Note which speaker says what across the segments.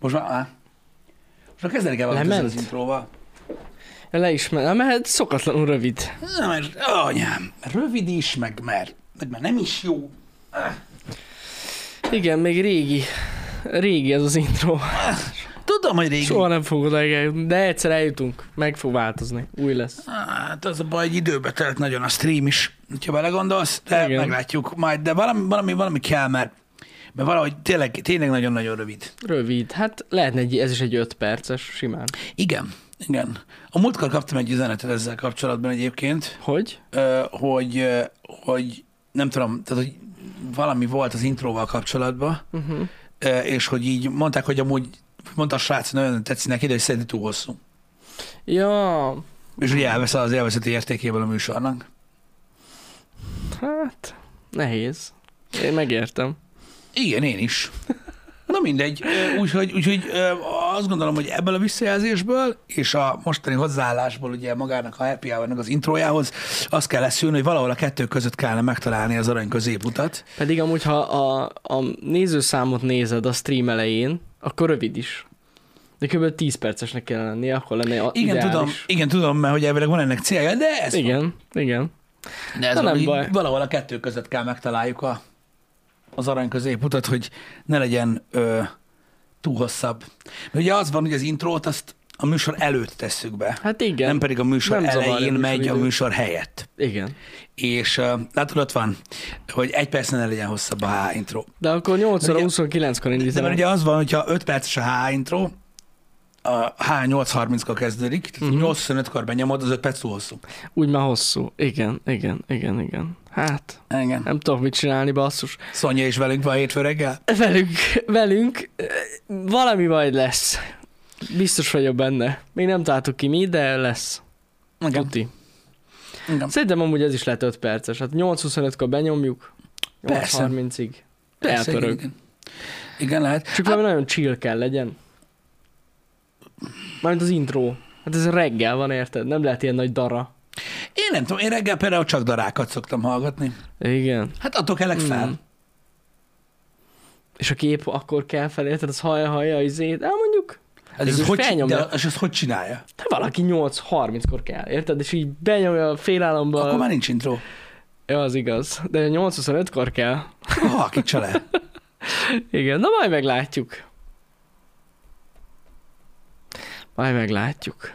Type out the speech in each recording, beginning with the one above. Speaker 1: Most már, á, most már kezdeni kell valamit ezzel
Speaker 2: Lement?
Speaker 1: az intróval.
Speaker 2: Le is men- mert szokatlanul rövid.
Speaker 1: Na, mert anyám, rövid is, meg mert, meg mert nem is jó.
Speaker 2: Igen, még régi. Régi ez az intro.
Speaker 1: Tudom, hogy régi.
Speaker 2: Soha nem fogod eljutni, de egyszer eljutunk. Meg fog változni. Új lesz.
Speaker 1: Hát az a baj, egy időbe telt nagyon a stream is, ha belegondolsz, de Igen.
Speaker 2: Igen.
Speaker 1: meglátjuk majd, de valami, valami, valami kell, mert, mert valahogy tényleg, tényleg nagyon-nagyon rövid.
Speaker 2: Rövid. Hát lehetne egy, ez is egy 5 perces, simán.
Speaker 1: Igen, igen. A múltkor kaptam egy üzenetet ezzel kapcsolatban egyébként,
Speaker 2: Hogy?
Speaker 1: ö, hogy, ö, hogy nem tudom, tehát hogy valami volt az intróval kapcsolatban,
Speaker 2: Uh-huh.
Speaker 1: ö, és hogy így mondták, hogy amúgy mondta a srác, nagyon tetszik neki, de hogy szerint túl hosszú.
Speaker 2: Ja,
Speaker 1: És ugye elvesz az élvezeti értékéből a műsornak.
Speaker 2: hát nehéz. Én megértem.
Speaker 1: Igen, én is. Na mindegy, Ö, úgyhogy, úgyhogy ö, azt gondolom, hogy ebből a visszajelzésből és a mostani hozzáállásból ugye magának a happy hour az intrójához azt kell leszűrni, hogy valahol a kettő között kellene megtalálni az arany középutat.
Speaker 2: Pedig amúgy, ha a, a nézőszámot nézed a stream elején, akkor rövid is. De kb. 10 percesnek kell lennie, akkor lenne a
Speaker 1: Igen,
Speaker 2: ideális.
Speaker 1: tudom, igen, tudom, mert hogy elvileg van ennek célja, de ez, igen,
Speaker 2: Igen, igen.
Speaker 1: de ez
Speaker 2: de nem
Speaker 1: valahogy-
Speaker 2: baj.
Speaker 1: valahol a kettő között kell megtaláljuk a, az arany középutat, hogy ne legyen ö, túl hosszabb. Mert ugye az van, hogy az intrót azt a műsor előtt tesszük be,
Speaker 2: Hát igen.
Speaker 1: nem pedig a műsor
Speaker 2: Nem
Speaker 1: nem
Speaker 2: zavarja a
Speaker 1: elején megy a
Speaker 2: műsoridő.
Speaker 1: műsor helyett.
Speaker 2: Igen.
Speaker 1: És ö, látod, ott van, hogy egy percen ne legyen hosszabb a H intro.
Speaker 2: De akkor 8 óra
Speaker 1: ugye-
Speaker 2: 29-kor
Speaker 1: De
Speaker 2: indítanak.
Speaker 1: mert ugye az van, hogyha 5 perces a H intro, a H 8.30-kor kezdődik, tehát
Speaker 2: Mhm.
Speaker 1: 85-kor benyomod, az 5 perc túl hosszú.
Speaker 2: Úgy már hosszú. Igen, igen, igen, igen. Hát,
Speaker 1: Igen.
Speaker 2: nem tudok mit csinálni, basszus.
Speaker 1: Szonya is velünk van hétfő reggel?
Speaker 2: Velünk, velünk eh, valami majd lesz. Biztos vagyok benne. Még nem találtuk ki mi, de lesz. Tuti.
Speaker 1: igen.
Speaker 2: Szerintem amúgy ez is lehet 5 perces. Hát 8.25-kor benyomjuk,
Speaker 1: Persze.
Speaker 2: 8.30-ig.
Speaker 1: Persze, igen,
Speaker 2: Elpörög.
Speaker 1: igen. igen, lehet.
Speaker 2: Csak valami nagyon chill kell legyen. Mármint az intro. Hát ez reggel van, érted? Nem lehet ilyen nagy dara.
Speaker 1: Én nem tudom, én reggel például csak darákat szoktam hallgatni.
Speaker 2: Igen.
Speaker 1: Hát attól kelek fel.
Speaker 2: Mm.
Speaker 1: Mm.
Speaker 2: És a kép akkor kell fel, érted? Az hallja, hallja, izét. El mondjuk,
Speaker 1: Hát Ez,
Speaker 2: Végül
Speaker 1: ez hogy, csi-
Speaker 2: felnyomja.
Speaker 1: de, és ezt hogy csinálja?
Speaker 2: de valaki 8.30-kor kell, érted? És így benyomja a félállomba.
Speaker 1: Akkor már nincs intro.
Speaker 2: Ja, az igaz. De 8.25-kor kell.
Speaker 1: Akkor halkítsa le.
Speaker 2: Igen, na majd meglátjuk. Majd meglátjuk.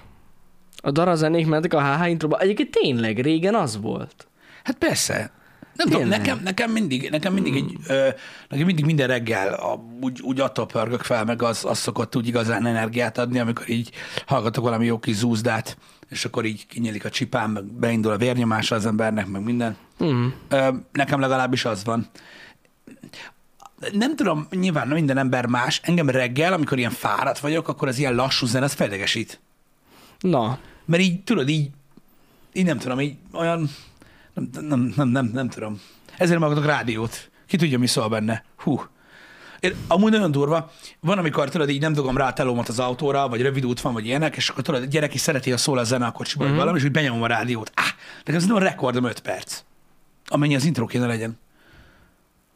Speaker 2: A dara zenék mentek a HH introba. Egyébként tényleg régen az volt.
Speaker 1: Hát persze. Nem tudom,
Speaker 2: Tényleg?
Speaker 1: nekem, nekem mindig, nekem mindig, egy, ö, nekem mindig minden reggel a, úgy, úgy attól pörgök fel, meg az, az szokott úgy igazán energiát adni, amikor így hallgatok valami jó kis zúzdát, és akkor így kinyílik a csipám, meg beindul a vérnyomása az embernek, meg minden.
Speaker 2: Mm.
Speaker 1: Ö, nekem legalábbis az van. Nem tudom, nyilván minden ember más. Engem reggel, amikor ilyen fáradt vagyok, akkor az ilyen lassú zene, az feldegesít.
Speaker 2: Na,
Speaker 1: Mert így, tudod, így, így nem tudom, így olyan, nem, nem, nem, nem, nem tudom. Ezért magadok rádiót. Ki tudja, mi szól benne. Hú. Én, amúgy nagyon durva, van, amikor tudod, így nem dugom rá a telómat az autóra, vagy rövid út van, vagy ilyenek, és akkor tudod, a gyerek is szereti, ha szól a zene a kocsiban,
Speaker 2: Mhm.
Speaker 1: mm-hmm. valami, és hogy benyomom a rádiót. Á, nekem ez nagyon rekordom 5 perc, amennyi az intro kéne legyen.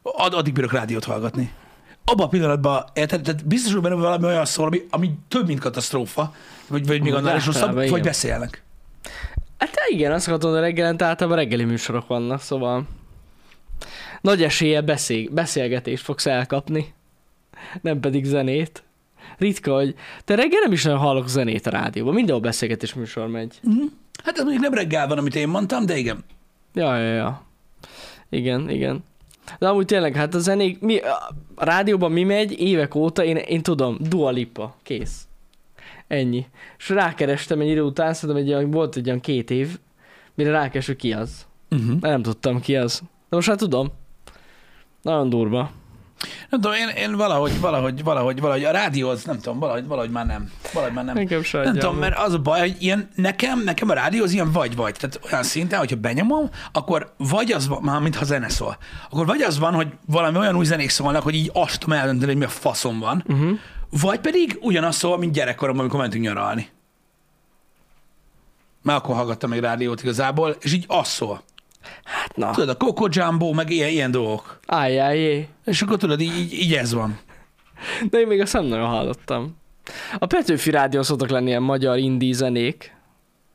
Speaker 1: Ad, addig bírok rádiót hallgatni. Abban a pillanatban, érted, tehát biztos, hogy benne van valami olyan szól, ami, ami több, mint katasztrófa, vagy, vagy még
Speaker 2: De
Speaker 1: annál is rosszabb,
Speaker 2: általában
Speaker 1: vagy
Speaker 2: igen.
Speaker 1: beszélnek.
Speaker 2: hát igen, azt akartam, hogy reggelente általában reggeli műsorok vannak, szóval nagy esélye beszél, beszélgetést fogsz elkapni, nem pedig zenét. Ritka, hogy te reggel nem is nagyon hallok zenét a rádióban, mindenhol beszélgetés műsor megy.
Speaker 1: Mm. Hát ez mondjuk nem reggel van, amit én mondtam, de igen.
Speaker 2: Ja, ja, ja. Igen, igen. De amúgy tényleg, hát a zenék, mi, a rádióban mi megy évek óta, én, én tudom, Dua Lipa, kész. Ennyi. És rákerestem egy idő után, szerintem egy, olyan- volt egy olyan két év, mire rákeres, hogy ki az.
Speaker 1: Uh-huh.
Speaker 2: Mert nem tudtam ki az. De most már tudom. Nagyon durva.
Speaker 1: Nem tudom, én, én valahogy, valahogy, valahogy, valahogy, a rádió az, nem tudom, valahogy, valahogy már nem. Valahogy már nem.
Speaker 2: Nekem se
Speaker 1: Nem
Speaker 2: adja
Speaker 1: tudom,
Speaker 2: amúgy.
Speaker 1: mert az a baj, hogy ilyen, nekem, nekem a rádió az ilyen vagy-vagy. Tehát olyan szinten, hogyha benyomom, akkor vagy az van, már mintha zene szól, akkor vagy az van, hogy valami olyan új zenék szólnak, hogy így azt tudom eldönteni, hogy mi a faszom van, uh-huh. vagy pedig ugyanaz szól, mint gyerekkoromban, amikor mentünk nyaralni. Mert akkor hallgattam még rádiót igazából, és így az szól.
Speaker 2: Hát na.
Speaker 1: Tudod, a Coco Jumbo, meg ilyen, ilyen dolgok.
Speaker 2: Ájjájé.
Speaker 1: És akkor tudod, így, így, így ez van.
Speaker 2: De én még azt nem nagyon hallottam. A Petőfi Rádió szoktak lenni ilyen magyar indie zenék.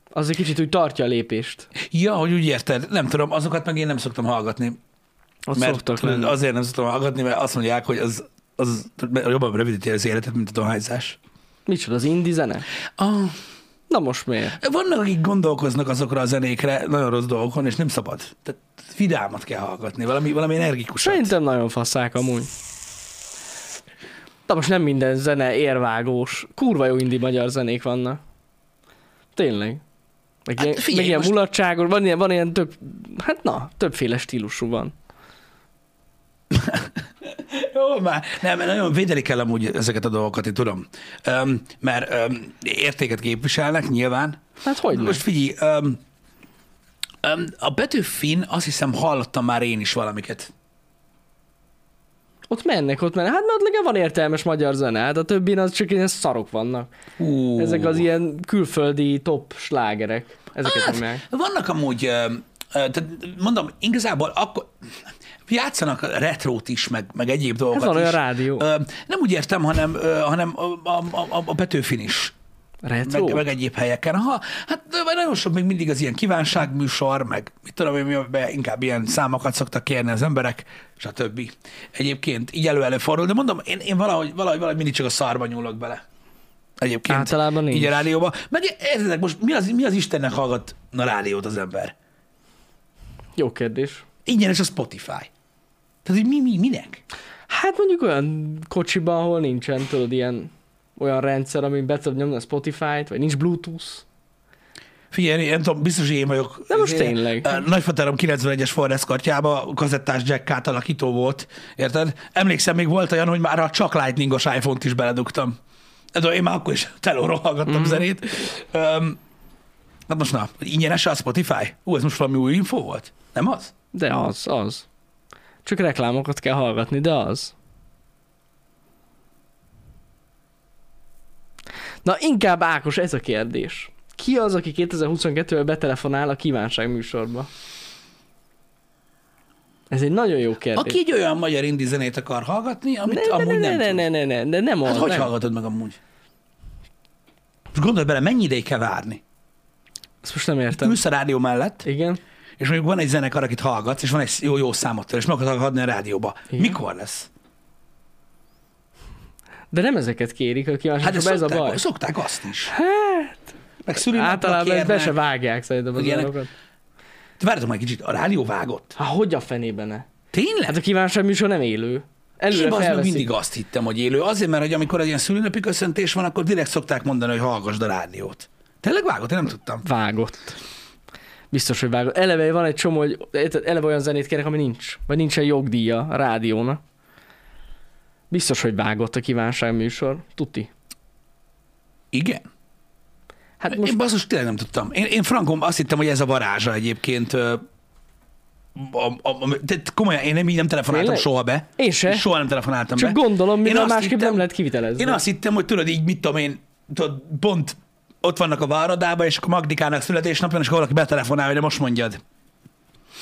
Speaker 2: Az egy kicsit úgy tartja a lépést.
Speaker 1: Ja, hogy úgy érted, nem tudom, azokat meg én nem szoktam hallgatni.
Speaker 2: Ott
Speaker 1: mert
Speaker 2: szoktak
Speaker 1: tudod,
Speaker 2: lenni.
Speaker 1: Azért nem szoktam hallgatni, mert azt mondják, hogy az, az mert jobban rövidíti az életet, mint a dohányzás.
Speaker 2: Micsoda, az indie zene?
Speaker 1: Ah,
Speaker 2: Na most miért?
Speaker 1: vannak, akik gondolkoznak azokra a zenékre, nagyon rossz dolgokon, és nem szabad. Tehát vidámat kell hallgatni, valami, valami energikusat.
Speaker 2: Szerintem nagyon faszák amúgy. De most nem minden zene érvágós. Kurva jó indi magyar zenék vannak. Tényleg. Meg
Speaker 1: Hát
Speaker 2: ilyen,
Speaker 1: figyelj,
Speaker 2: meg ilyen
Speaker 1: most-
Speaker 2: mulatságos, van ilyen, van ilyen több, hát na, többféle stílusú van.
Speaker 1: Jó, már nem, mert nagyon védeni kell amúgy ezeket a dolgokat, én tudom. Öm, mert öm, értéket képviselnek, nyilván.
Speaker 2: Hát hogy
Speaker 1: Most
Speaker 2: most...
Speaker 1: figyelj, öm, öm, a Betűfin azt hiszem hallottam már én is valamiket.
Speaker 2: Ott mennek, ott mennek. Hát mert ott legalább van értelmes magyar zene, hát a többin az csak ilyen szarok vannak.
Speaker 1: Hú.
Speaker 2: Ezek az ilyen külföldi top slágerek. Ezeket hát. meg.
Speaker 1: Hát, vannak amúgy, ö, ö, tehát mondom, igazából akkor játszanak retrót is, meg, meg egyéb dolgokat
Speaker 2: van
Speaker 1: hát
Speaker 2: olyan
Speaker 1: is.
Speaker 2: rádió.
Speaker 1: Ö, nem úgy értem, hanem, ö, hanem a, a, a, a Petőfin is.
Speaker 2: Retro?
Speaker 1: Meg, meg, egyéb helyeken. Ha, hát ö, vagy nagyon sok még mindig az ilyen kívánságműsor, meg mit tudom én, mi, amiben inkább ilyen számokat szoktak kérni az emberek, stb. Egyébként így elő előfordul, de mondom, én, én valahogy, valahogy, valahogy mindig csak a szarba nyúlok bele. Egyébként.
Speaker 2: Általában
Speaker 1: Így
Speaker 2: nincs.
Speaker 1: a rádióba. Meg értedek, most mi az, mi az Istennek hallgat a rádiót az ember?
Speaker 2: Jó kérdés.
Speaker 1: Ingyenes a Spotify. Tehát, hogy mi, mi, minek?
Speaker 2: Hát mondjuk olyan kocsiban, ahol nincsen, tudod, ilyen olyan rendszer, amin be tudod nyomni a Spotify-t, vagy nincs Bluetooth.
Speaker 1: Figyelj, nem tudom, biztos, hogy én vagyok.
Speaker 2: De most
Speaker 1: Izé,
Speaker 2: tényleg.
Speaker 1: ö, Nagyfaterom 91-es forrászkartjába kazettás jack átalakító volt, érted? Emlékszem, még volt olyan, hogy már a csak lightningos iPhone-t is beledugtam. De én már akkor is telóról hallgattam
Speaker 2: Mhm.
Speaker 1: mm. zenét. Um, hát most na, ingyenes a Spotify? Ú, ez most valami új info volt? Nem az?
Speaker 2: De az, az. Csak reklámokat kell hallgatni, de az. Na inkább Ákos, ez a kérdés. Ki az, aki 2022-ben betelefonál a kívánság műsorba? Ez egy nagyon jó kérdés.
Speaker 1: Aki egy olyan magyar indi zenét akar hallgatni, amit
Speaker 2: ne,
Speaker 1: amúgy
Speaker 2: ne,
Speaker 1: nem
Speaker 2: ne, ne,
Speaker 1: tud.
Speaker 2: ne, ne, ne, de nem
Speaker 1: Hát
Speaker 2: az,
Speaker 1: hogy
Speaker 2: nem.
Speaker 1: hallgatod meg amúgy? Most gondolj bele, mennyi ideig kell várni?
Speaker 2: Ezt most nem értem.
Speaker 1: Ülsz a rádió mellett,
Speaker 2: Igen.
Speaker 1: és mondjuk van egy zenekar, akit hallgatsz, és van egy jó, jó számot tőle, és meg akarod adni a rádióba.
Speaker 2: Igen.
Speaker 1: Mikor lesz?
Speaker 2: De nem ezeket kérik a
Speaker 1: Hát
Speaker 2: kíváncsiak,
Speaker 1: de
Speaker 2: hát ez a
Speaker 1: szokták,
Speaker 2: baj.
Speaker 1: szokták azt is.
Speaker 2: Hát,
Speaker 1: Meg szülőnapra
Speaker 2: általában ezt be se
Speaker 1: kérnek.
Speaker 2: vágják szerintem az
Speaker 1: Meg ilyenek.
Speaker 2: olyanokat.
Speaker 1: Várjatok már egy kicsit, a rádió vágott.
Speaker 2: Hát hogy a fenében ne?
Speaker 1: Tényleg?
Speaker 2: Hát a kívánság műsor nem élő.
Speaker 1: Én
Speaker 2: Előre
Speaker 1: az meg
Speaker 2: felveszik.
Speaker 1: mindig azt hittem, hogy élő. Azért, mert hogy amikor egy ilyen szülőnapi köszöntés van, akkor direkt szokták mondani, hogy hallgassd a rádiót. Tényleg vágott? Én nem tudtam.
Speaker 2: Vágott. Biztos, hogy vágott. Eleve van egy csomó, hogy érted, eleve olyan zenét kérek, ami nincs. Vagy nincsen jogdíja a rádiónak. Biztos, hogy vágott a kívánság műsor. Tuti.
Speaker 1: Igen?
Speaker 2: Hát
Speaker 1: Most...
Speaker 2: most
Speaker 1: Én basszus, tényleg nem tudtam. Én, én frankom azt hittem, hogy ez a varázsa egyébként. ö, A, a, a, de komolyan, én nem, így nem telefonáltam
Speaker 2: Tényleg?
Speaker 1: soha be.
Speaker 2: Én se.
Speaker 1: Soha nem telefonáltam
Speaker 2: Csak
Speaker 1: be.
Speaker 2: gondolom,
Speaker 1: Én
Speaker 2: mivel
Speaker 1: azt
Speaker 2: másképp
Speaker 1: hittem-
Speaker 2: nem lehet kivitelezni.
Speaker 1: Én azt hittem, hogy tudod, így mit tudom én, tudod, pont ott vannak a váradában, és akkor Magdikának születésnapján, és akkor valaki betelefonál, hogy de most mondjad.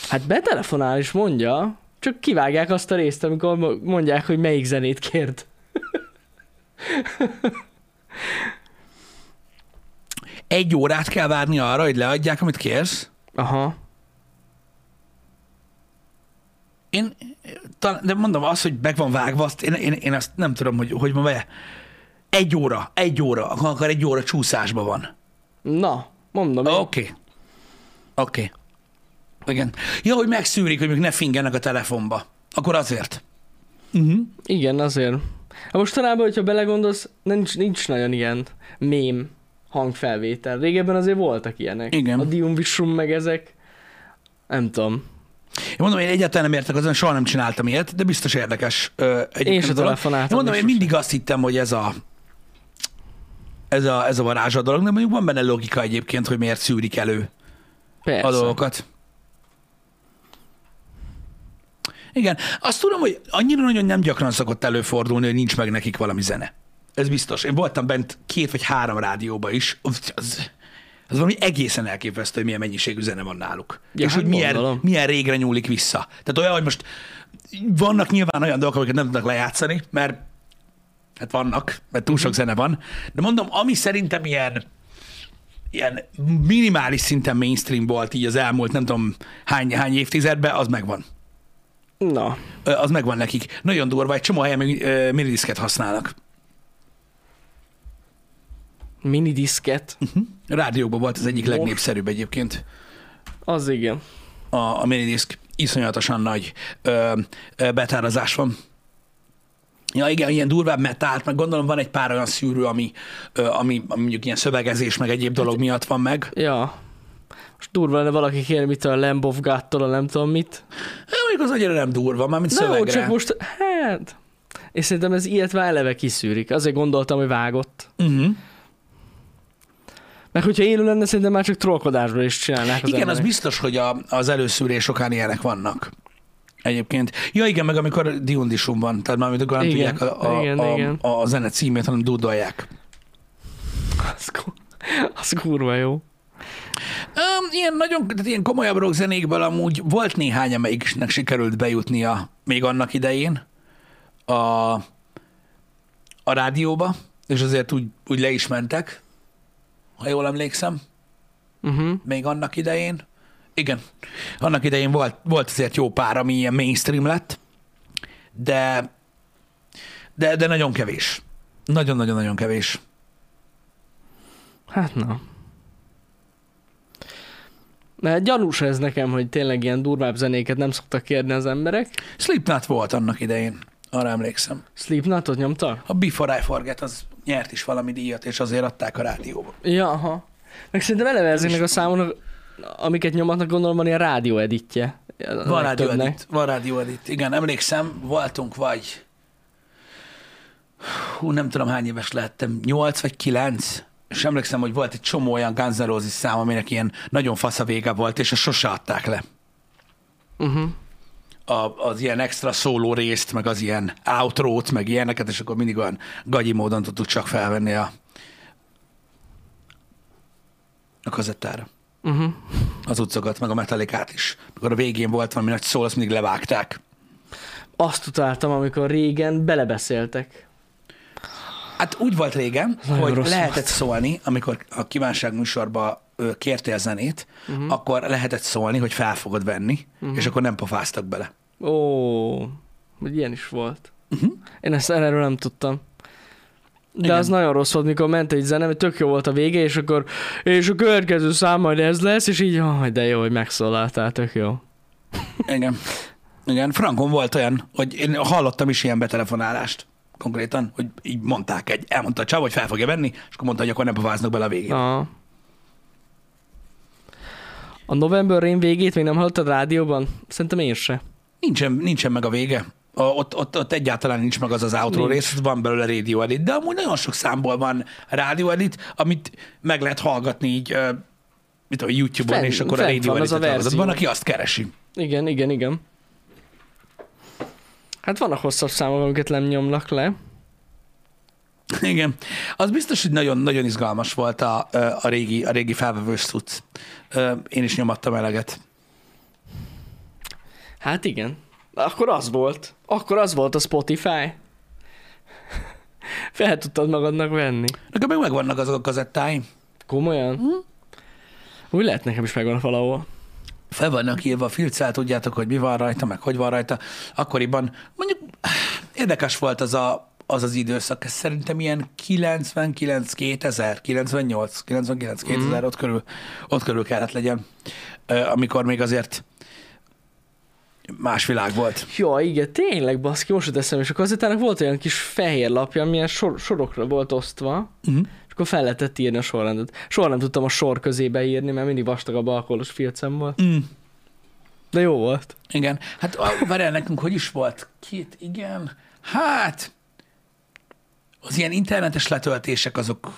Speaker 2: Hát betelefonál és mondja, csak kivágják azt a részt, amikor mo- mondják, hogy melyik zenét kért.
Speaker 1: Egy órát kell várni arra, hogy leadják, amit kérsz.
Speaker 2: Aha.
Speaker 1: Én, talán, de mondom, az, hogy meg van vágva, azt én, én, én azt nem tudom, hogy hogy van vele. Egy óra, egy óra, akkor akkor egy óra csúszásban van.
Speaker 2: Na, mondom én.
Speaker 1: Oké. Okay. Oké. Okay. Igen. Ja, hogy megszűrik, hogy még ne fingenek a telefonba. Akkor azért.
Speaker 2: Mhm.
Speaker 1: Uh-huh.
Speaker 2: Igen, azért. Hát mostanában, hogyha belegondolsz, nincs, nincs nagyon ilyen mém hangfelvétel. Régebben azért voltak ilyenek.
Speaker 1: Igen.
Speaker 2: A Dium Visum meg ezek. Nem tudom.
Speaker 1: Én mondom, én egyáltalán nem értek azon, soha nem csináltam ilyet, de biztos érdekes. Ö, egy,
Speaker 2: Én
Speaker 1: nem
Speaker 2: se
Speaker 1: tudom.
Speaker 2: telefonáltam,
Speaker 1: Én mondom, én
Speaker 2: biztos.
Speaker 1: mindig azt hittem, hogy ez a ez a, ez a varázsa dolog, de mondjuk van benne logika egyébként, hogy miért szűrik elő
Speaker 2: Persze.
Speaker 1: a dolgokat. Igen, azt tudom, hogy annyira nagyon nem gyakran szokott előfordulni, hogy nincs meg nekik valami zene. Ez biztos. Én voltam bent két vagy három rádióba is. Az, az, az valami egészen elképesztő, hogy milyen mennyiségű zene van náluk.
Speaker 2: Ja,
Speaker 1: Ja, és
Speaker 2: hát
Speaker 1: hogy milyen,
Speaker 2: gondolom.
Speaker 1: milyen régre nyúlik vissza. Tehát olyan, hogy most vannak nyilván olyan dolgok, amiket nem tudnak lejátszani, mert tehát vannak, mert túl
Speaker 2: Mhm.
Speaker 1: sok zene van, de mondom, ami szerintem ilyen, ilyen minimális szinten mainstream volt így az elmúlt nem tudom hány, hány évtizedben, az megvan.
Speaker 2: Na,
Speaker 1: Ö, Az megvan nekik. Nagyon durva, egy csomó helyen még ö, minidisket használnak.
Speaker 2: minidiszket.
Speaker 1: Rádióban volt az egyik legnépszerűbb egyébként.
Speaker 2: Az igen.
Speaker 1: A, a minidisk iszonyatosan nagy ö, ö, betárazás van. Ja igen, ilyen durvább metált, meg gondolom van egy pár olyan szűrő, ami, ö, ami, ami mondjuk ilyen szövegezés, meg egyéb
Speaker 2: Hát-
Speaker 1: dolog miatt van meg.
Speaker 2: Ja. Most durva lenne valaki kérni, mit a Lamb of God-tól, a nem tudom mit.
Speaker 1: Hát Mondjuk az annyira nem durva, már mint
Speaker 2: Na jó,
Speaker 1: szövegre.
Speaker 2: csak most, hát... És szerintem ez ilyet már eleve kiszűrik. Azért gondoltam, hogy vágott.
Speaker 1: Uh-huh.
Speaker 2: Meg hogyha élő lenne, szerintem már csak trollkodásból is csinálnák az
Speaker 1: Igen, az
Speaker 2: emberek.
Speaker 1: biztos, hogy a, az előszűrés okán ilyenek vannak. Egyébként. Ja igen, meg amikor Diondisum van, tehát már amikor nem
Speaker 2: Igen,
Speaker 1: tudják a, a,
Speaker 2: igen,
Speaker 1: a,
Speaker 2: igen.
Speaker 1: A, a zene címét, hanem dúdolják.
Speaker 2: Az, ku- az kurva jó.
Speaker 1: Um, ilyen nagyon, tehát ilyen komolyabb rock zenékből amúgy volt néhány, amelyiknek sikerült bejutnia még annak idején a, a rádióba, és azért úgy, úgy le is mentek, ha jól emlékszem.
Speaker 2: Uh-huh.
Speaker 1: még annak idején. Igen, annak idején volt, volt azért jó pár, ami ilyen mainstream lett, de, de, de nagyon kevés. Nagyon-nagyon-nagyon kevés.
Speaker 2: Hát na. Mert hát gyanús ez nekem, hogy tényleg ilyen durvább zenéket nem szoktak kérni az emberek.
Speaker 1: Slipknot volt annak idején, arra emlékszem.
Speaker 2: Slipknotot nyomtak?
Speaker 1: A Before I Forget az nyert is valami díjat, és azért adták a rádióba.
Speaker 2: Ja, aha. Meg szerintem eleve ezeknek a számoknak, amiket nyomatnak, gondolom van ilyen rádió editje.
Speaker 1: Van rádió edit, van rádió edit. Igen, emlékszem, voltunk vagy, hú, nem tudom hány éves lehettem, 8 vagy 9, és emlékszem, hogy volt egy csomó olyan Guns N' Roses szám, aminek ilyen nagyon fasz a vége volt, és azt sose adták le.
Speaker 2: Uh-huh.
Speaker 1: A, az ilyen extra szóló részt, meg az ilyen outrót, meg ilyeneket, és akkor mindig olyan gagyi módon tudtuk csak felvenni a, a kazettára
Speaker 2: Uh-huh.
Speaker 1: az utcokat, meg a metalikát is. Akkor a végén volt valami nagy szól, azt mindig levágták.
Speaker 2: Azt utáltam, amikor régen belebeszéltek.
Speaker 1: Hát úgy volt régen,
Speaker 2: Nagyon
Speaker 1: hogy
Speaker 2: rossz
Speaker 1: lehetett
Speaker 2: volt.
Speaker 1: szólni, amikor a kívánság műsorba ö, kértél zenét,
Speaker 2: Mhm.
Speaker 1: uh-huh. akkor lehetett szólni, hogy fel fogod venni, uh-huh. és akkor nem pofáztak bele.
Speaker 2: Ó, hogy ilyen is volt.
Speaker 1: Uh-huh.
Speaker 2: Én ezt erről nem tudtam. De
Speaker 1: Igen.
Speaker 2: Igen. az nagyon rossz volt, mikor ment egy zene, mert tök jó volt a vége, és akkor és a következő szám majd ez lesz, és így, oh, de jó, hogy megszólaltál, tök jó.
Speaker 1: Igen. Igen, Frankon volt olyan, hogy én hallottam is ilyen betelefonálást konkrétan, hogy így mondták egy, elmondta a csáv, hogy fel fogja venni, és akkor mondta, hogy akkor nem pofáznak bele a végén.
Speaker 2: A, a November Rain végét még nem hallottad rádióban? Szerintem én se.
Speaker 1: Nincsen, nincsen meg a vége. A, ott, ott, ott egyáltalán nincs meg az az outro
Speaker 2: Nincs.
Speaker 1: rész, van belőle radio edit, de amúgy nagyon sok számból van radio edit, amit meg lehet hallgatni így, ö, mit tudom, YouTube-on,
Speaker 2: Fenn-
Speaker 1: és akkor a
Speaker 2: fenn
Speaker 1: radio
Speaker 2: van az a
Speaker 1: editet hallgatod. Van,
Speaker 2: verzió.
Speaker 1: aki azt keresi.
Speaker 2: Igen, igen, igen. Hát vannak hosszabb számok, amiket nem nyomlak le.
Speaker 1: Igen. Az biztos, hogy nagyon-nagyon izgalmas volt a, ö, a régi, a régi felvevős cucc. Ö, Én is nyomattam eleget.
Speaker 2: Hát igen. Akkor az volt. Akkor az volt a Spotify. Fel tudtad magadnak venni.
Speaker 1: Nekem meg megvannak azok a kazettáim.
Speaker 2: Komolyan? Úgy lehet nekem is megvan valahol.
Speaker 1: fel vannak írva a filccel, tudjátok, hogy mi van rajta, meg hogy van rajta. Akkoriban mondjuk érdekes volt az a, az, az időszak, ez szerintem ilyen 99 2000, 98, 99 2000, mm. ott, körül, ott körül kellett legyen, ö, amikor még azért más világ volt.
Speaker 2: Ja, igen, tényleg baszki, most jut eszembe, és a kazettának volt olyan kis fehér lapja, milyen sor, sorokra volt osztva,
Speaker 1: Mm.
Speaker 2: és akkor fel lehetett írni a sorrendet. Soha nem tudtam a sor közébe írni, mert mindig vastagabb alkoholos filcem volt.
Speaker 1: Mm.
Speaker 2: De jó volt.
Speaker 1: Igen. Hát a- várjál nekünk, hogy is volt? Két, igen. Hát, az ilyen internetes letöltések azok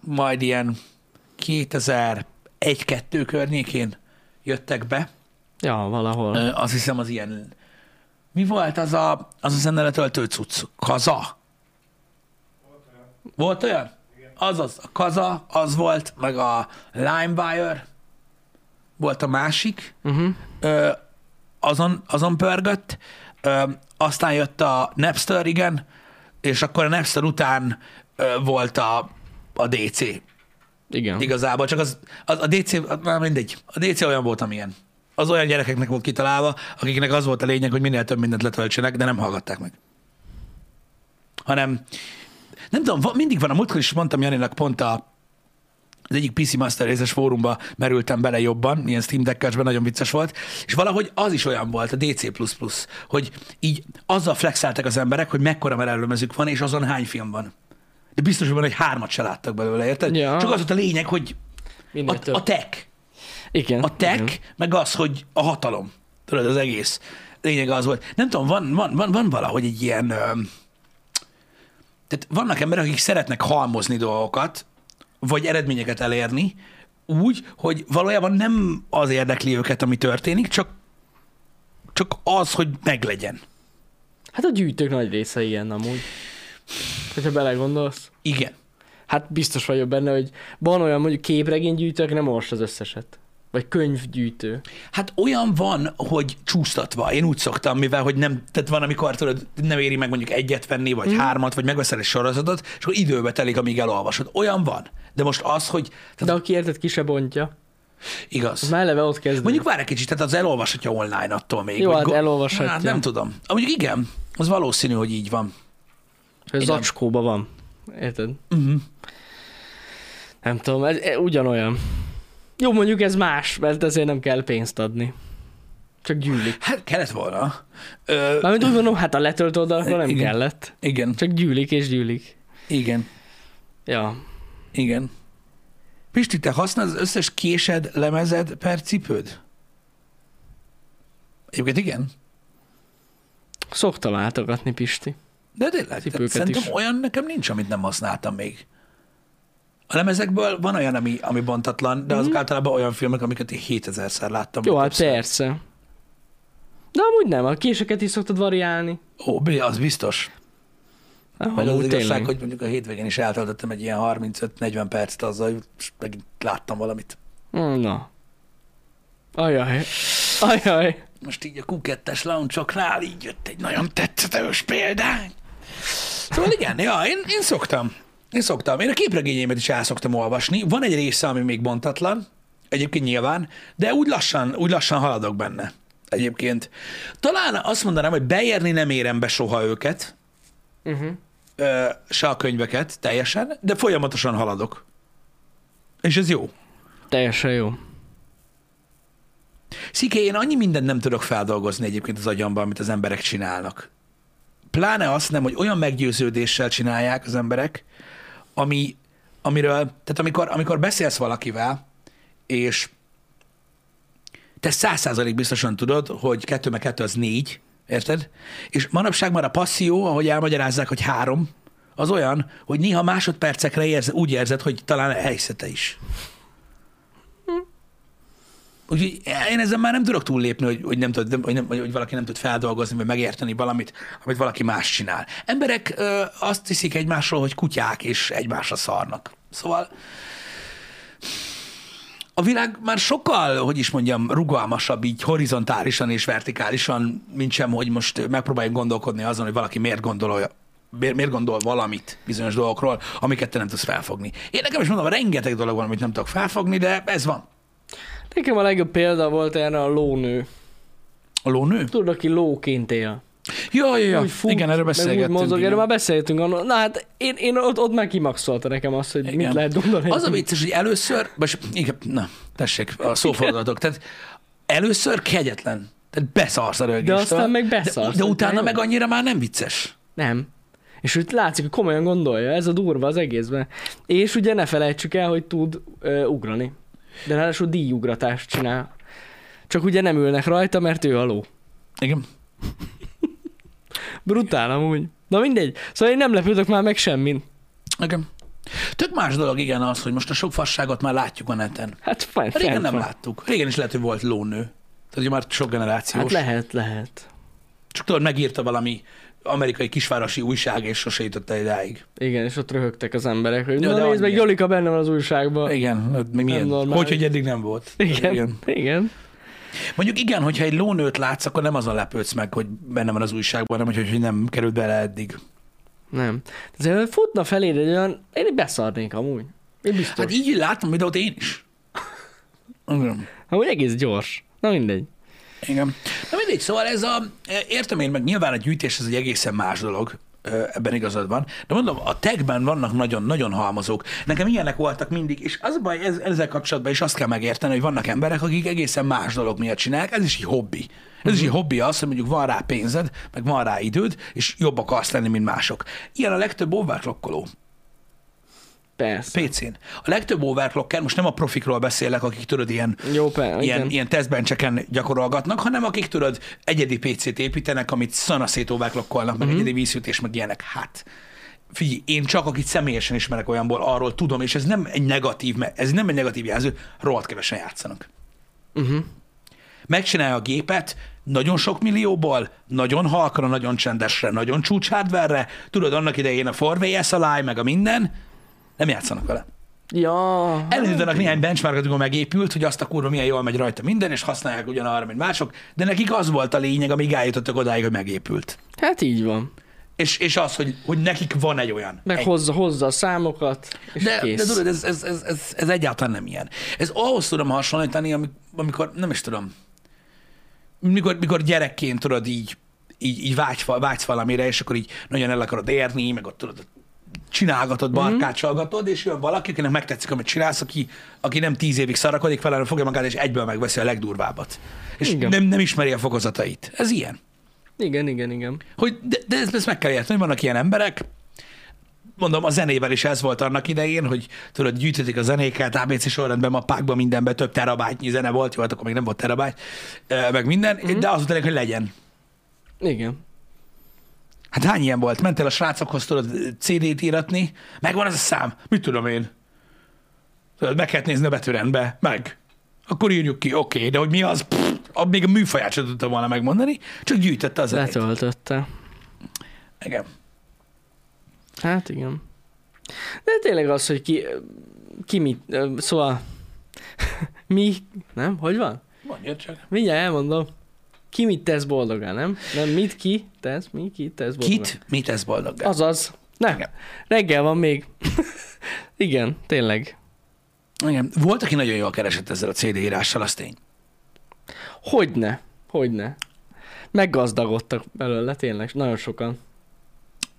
Speaker 1: majd ilyen 2001-2 környékén jöttek be.
Speaker 2: Ja, valahol.
Speaker 1: Ö, Azt hiszem az ilyen... Mi volt az a, az a zene letöltő cucc? Kaza? Volt olyan? Azaz, a Kaza, az volt, meg a LimeWire volt a másik,
Speaker 2: Uh-huh.
Speaker 1: ö, azon, azon pörgött, ö, aztán jött a Napster, igen, és akkor a Napster után ö, volt a, a DC
Speaker 2: Igen. Igen.
Speaker 1: igazából, csak az, az a DC, az már mindegy, a DC olyan volt, amilyen. Az olyan gyerekeknek volt kitalálva, akiknek az volt a lényeg, hogy minél több mindent letöltsenek, de nem hallgatták meg. Hanem, nem tudom, va- mindig van, a múltkor is mondtam Janinak pont a, az egyik PC Master részes fórumba merültem bele jobban, ilyen Steam Deck-esben nagyon vicces volt, és valahogy az is olyan volt, a DC++, hogy így azzal flexeltek az emberek, hogy mekkora merelőmezük van, és azon hány film van. De biztos, hogy van, hogy hármat se láttak belőle, érted?
Speaker 2: Ja.
Speaker 1: Csak az volt a lényeg, hogy
Speaker 2: Minél
Speaker 1: a,
Speaker 2: több.
Speaker 1: a tech,
Speaker 2: Igen.
Speaker 1: a tech,
Speaker 2: Igen.
Speaker 1: meg az, hogy a hatalom. Tudod, az egész lényeg az volt. Nem tudom, van, van, van, van valahogy egy ilyen... öm, Tehát vannak emberek, akik szeretnek halmozni dolgokat, vagy eredményeket elérni, úgy, hogy valójában nem az érdekli őket, ami történik, csak, csak az, hogy meglegyen.
Speaker 2: Hát a gyűjtők nagy része ilyen amúgy. Hogyha belegondolsz.
Speaker 1: Igen.
Speaker 2: Hát biztos vagyok benne, hogy van olyan mondjuk képregénygyűjtő, aki nem olvas az összeset. Vagy könyvgyűjtő.
Speaker 1: Hát olyan van, hogy csúsztatva. Én úgy szoktam, mivel hogy nem, tehát van, amikor tudod, nem éri meg mondjuk egyet venni, vagy
Speaker 2: Mhm.
Speaker 1: mm. hármat, vagy megveszel egy sorozatot, és akkor időbe telik, amíg elolvasod. Olyan van. De most az, hogy...
Speaker 2: De
Speaker 1: Tehát
Speaker 2: aki érted, ki se bontja. Az
Speaker 1: igaz.
Speaker 2: már eleve ott kezdődik.
Speaker 1: Mondjuk várj egy kicsit, tehát az elolvashatja online attól még.
Speaker 2: Jó,
Speaker 1: vagy
Speaker 2: hát elolvashatja.
Speaker 1: Hát nem tudom. Ah, Mondjuk igen, az valószínű, hogy így van.
Speaker 2: Hogy
Speaker 1: Igen.
Speaker 2: zacskóba van. Érted? Uh-huh.
Speaker 1: Mhm.
Speaker 2: Nem tudom, ez, ez ugyanolyan. Jó, mondjuk ez más, mert ezért nem kell pénzt adni. Csak gyűlik.
Speaker 1: Hát kellett volna. Ö,
Speaker 2: Mármint úgy mondom, hát a letöltő oldalakon nem
Speaker 1: Igen.
Speaker 2: kellett.
Speaker 1: igen,
Speaker 2: Csak gyűlik és gyűlik.
Speaker 1: igen,
Speaker 2: Ja.
Speaker 1: igen. Pisti, te használod az összes késed, lemezed per cipőd? Egyébként igen.
Speaker 2: Szoktam átogatni, Pisti.
Speaker 1: De tényleg, tehát
Speaker 2: Cipőket
Speaker 1: szerintem
Speaker 2: is.
Speaker 1: olyan nekem nincs, amit nem használtam még. A lemezekből van olyan, ami, ami bontatlan, de azok mm. általában olyan filmek, amiket én 7000-szer láttam.
Speaker 2: Mhm. Jó,
Speaker 1: vagy
Speaker 2: hát
Speaker 1: többször.
Speaker 2: persze. De amúgy nem, a késeket is szoktad variálni.
Speaker 1: Ó, Bri, az biztos.
Speaker 2: Nem,
Speaker 1: Meg az
Speaker 2: amúgy
Speaker 1: igazság,
Speaker 2: tényleg.
Speaker 1: hogy mondjuk a hétvégén is eltöltöttem egy ilyen 35-40 percet azzal, hogy pst, megint láttam valamit.
Speaker 2: Mm, Na. Ajaj. Ajaj.
Speaker 1: Most így a Q2-es launchoknál így jött egy nagyon tetszetős példány. Szóval igen, ja, én, én szoktam. Én szoktam. Én a képregényeimet is el szoktam olvasni. Van egy része, ami még bontatlan, egyébként nyilván, de úgy lassan, úgy lassan haladok benne egyébként. Talán azt mondanám, hogy beérni nem érem be soha őket, Mhm.
Speaker 2: Uh-huh.
Speaker 1: ö, se a könyveket teljesen, de folyamatosan haladok. És ez jó.
Speaker 2: Teljesen jó.
Speaker 1: Sziké, én annyi mindent nem tudok feldolgozni egyébként az agyamban, amit az emberek csinálnak. Pláne azt nem, hogy olyan meggyőződéssel csinálják az emberek, ami, amiről, tehát amikor, amikor beszélsz valakivel, és te száz százalék biztosan tudod, hogy kettő meg kettő az négy, érted? És manapság már a passzió, ahogy elmagyarázzák, hogy három, az olyan, hogy néha másodpercekre érz, úgy érzed, hogy talán elhiszed is. Úgyhogy én ezen már nem tudok túllépni, hogy, hogy, nem tud, nem- hogy, nem, hogy valaki nem tud feldolgozni, vagy megérteni valamit, amit valaki más csinál. Emberek ö, azt hiszik egymásról, hogy kutyák, és egymásra szarnak. Szóval a világ már sokkal, hogy is mondjam, rugalmasabb így horizontálisan és vertikálisan, mint sem, hogy most ö, megpróbáljuk gondolkodni azon, hogy valaki miért gondolja, miért, miért gondol valamit bizonyos dolgokról, amiket te nem tudsz felfogni. Én nekem is mondom, rengeteg dolog van, amit nem tudok felfogni, de ez van.
Speaker 2: Nekem a legjobb példa volt erre a lónő.
Speaker 1: A lónő?
Speaker 2: Tudod, aki lóként él.
Speaker 1: Ja, ja, ja.
Speaker 2: Úgy fut,
Speaker 1: igen, erről
Speaker 2: meg úgy
Speaker 1: beszélgettünk.
Speaker 2: Mozog,
Speaker 1: igen.
Speaker 2: erről már beszéltünk. Anno. Na hát én, én ott, ott már kimaxolta nekem azt, hogy igen. mit
Speaker 1: Igen.
Speaker 2: lehet gondolni.
Speaker 1: Az a vicces, hogy először, most, igen, na, tessék, a szófordulatok, tehát először kegyetlen, tehát beszarsz a rögéstől,
Speaker 2: aztán meg
Speaker 1: De,
Speaker 2: beszarsz,
Speaker 1: de
Speaker 2: hogy
Speaker 1: utána
Speaker 2: ne
Speaker 1: meg
Speaker 2: jó.
Speaker 1: annyira már nem vicces.
Speaker 2: Nem. És úgy látszik, hogy komolyan gondolja, ez a durva az egészben. És ugye ne felejtsük el, hogy tud ö, ugrani. De ráadásul díjugratást csinál. Csak ugye nem ülnek rajta, mert ő a ló.
Speaker 1: Igen.
Speaker 2: Brutál amúgy. Na mindegy. Szóval én nem lepődök már meg semmin.
Speaker 1: Igen. Tök más dolog, igen, az, hogy most a sok fasságot már látjuk a neten.
Speaker 2: Hát fáj,
Speaker 1: Régen nem láttuk. Régen is lehet, hogy volt lónő. Tehát ugye már sok generációs.
Speaker 2: Hát lehet, lehet.
Speaker 1: Csak tudod, megírta valami amerikai kisvárosi újság, és sose jutott el idáig.
Speaker 2: Igen, és ott röhögtek az emberek, hogy
Speaker 1: Ja,
Speaker 2: ja,
Speaker 1: de
Speaker 2: na nézd meg,
Speaker 1: annyi.
Speaker 2: Jolika benne van az újságban.
Speaker 1: Igen, hát még milyen?
Speaker 2: normális.
Speaker 1: Hogy, hogy eddig nem volt.
Speaker 2: Igen, igen. igen.
Speaker 1: Mondjuk igen, hogyha egy lónőt látsz, akkor nem azon lepődsz meg, hogy benne van az újságban, hanem hogy, hogy nem került bele eddig.
Speaker 2: Nem. Azért futna feléd egy olyan, én így beszarnék amúgy. Én biztos.
Speaker 1: Hát
Speaker 2: Hát,
Speaker 1: így látom videót én is. Igen.
Speaker 2: amúgy egész gyors. Na mindegy.
Speaker 1: Igen. Na mindegy, szóval ez a, értem én, meg nyilván a gyűjtés ez egy egészen más dolog, ö, ebben igazad van. De mondom, a tagben vannak nagyon-nagyon halmozók. Nekem ilyenek voltak mindig, és az a baj ez, ezzel kapcsolatban is azt kell megérteni, hogy vannak emberek, akik egészen más dolog miatt csinálják, ez is egy hobbi. Ez is egy hobbi az, hogy mondjuk van rá pénzed, meg van rá időd, és jobb akarsz lenni, mint mások. Ilyen a legtöbb overclockoló.
Speaker 2: Persze.
Speaker 1: PC-n. A legtöbb overclocker, most nem a profikról beszélek, akik tudod, ilyen,
Speaker 2: Jó, persze.
Speaker 1: ilyen,
Speaker 2: Ilyen,
Speaker 1: ilyen tesztbencseken gyakorolgatnak, hanem akik tudod, egyedi PC-t építenek, amit szanaszét overclockolnak, meg egyedi vízütés, meg ilyenek. Hát, figyelj, én csak, akit személyesen ismerek olyanból, arról tudom, és ez nem egy negatív, me- ez nem egy negatív jelző, rohadt kevesen játszanak.
Speaker 2: Uh-huh.
Speaker 1: Megcsinálja a gépet, nagyon sok millióból, nagyon halkra, nagyon csendesre, nagyon csúcs hardware tudod, annak idején a Forway SLI, meg a minden, nem játszanak vele.
Speaker 2: Ja.
Speaker 1: Elindítanak néhány benchmarkot, amikor megépült, hogy azt a kurva milyen jól megy rajta minden, és használják ugyanarra, mint mások, de nekik az volt a lényeg, amíg eljutottak odáig, hogy megépült.
Speaker 2: Hát így van.
Speaker 1: És, és az, hogy, hogy nekik van egy olyan.
Speaker 2: Meg
Speaker 1: egy,
Speaker 2: hozza, hozza a számokat, és
Speaker 1: de,
Speaker 2: kész.
Speaker 1: de tudod, ez, ez, ez, ez, ez egyáltalán nem ilyen. Ez ahhoz tudom hasonlítani, ami- amikor, nem is tudom, mikor, mikor gyerekként tudod így, így, így vágysz, val- vágysz valamire, és akkor így nagyon el akarod érni, meg ott tudod, csinálgatod,
Speaker 2: Mhm.
Speaker 1: barkácsolgatod, és jön valaki, akinek megtetszik, amit csinálsz, aki, aki nem tíz évig szarakodik fel, hanem fogja magát, és egyből megveszi a legdurvábbat. És
Speaker 2: Igen.
Speaker 1: nem, nem ismeri a fokozatait. Ez ilyen.
Speaker 2: Igen, igen, igen.
Speaker 1: Hogy, de, de ezt, ezt meg kell érteni, hogy vannak ilyen emberek, mondom, a zenével is ez volt annak idején, hogy tudod, gyűjtötték a zenéket, ABC sorrendben, mappákban, mindenben több terabájtnyi zene volt, jó, hát akkor még nem volt terabájt, ö, meg minden, mm-hmm. de az volt elég, hogy legyen.
Speaker 2: Igen.
Speaker 1: Hát hány ilyen volt? Mentél a srácokhoz, tudod CD-t íratni, megvan az a szám, mit tudom én? Tudod, meg kellett nézni a betűrendbe, meg. Akkor írjuk ki, oké, okay, de hogy mi az, pff, a- még a műfaját sem tudta volna megmondani, csak gyűjtette az zenét.
Speaker 2: Letöltötte.
Speaker 1: Igen.
Speaker 2: Hát igen. De tényleg az, hogy ki, ki mit, ö, szóval mi, nem? Hogy van?
Speaker 1: Mondja csak.
Speaker 2: Mindjárt elmondom. Ki mit tesz boldogá, nem? Nem, mit ki tesz, mi ki tesz boldogá.
Speaker 1: Kit mit ez boldog?
Speaker 2: Azaz. Nem.
Speaker 1: Igen.
Speaker 2: Reggel van még. igen, tényleg.
Speaker 1: Igen. Volt, aki nagyon jól keresett ezzel a CD írással, az tény.
Speaker 2: Hogyne, hogyne. Meggazdagodtak belőle, tényleg, nagyon sokan.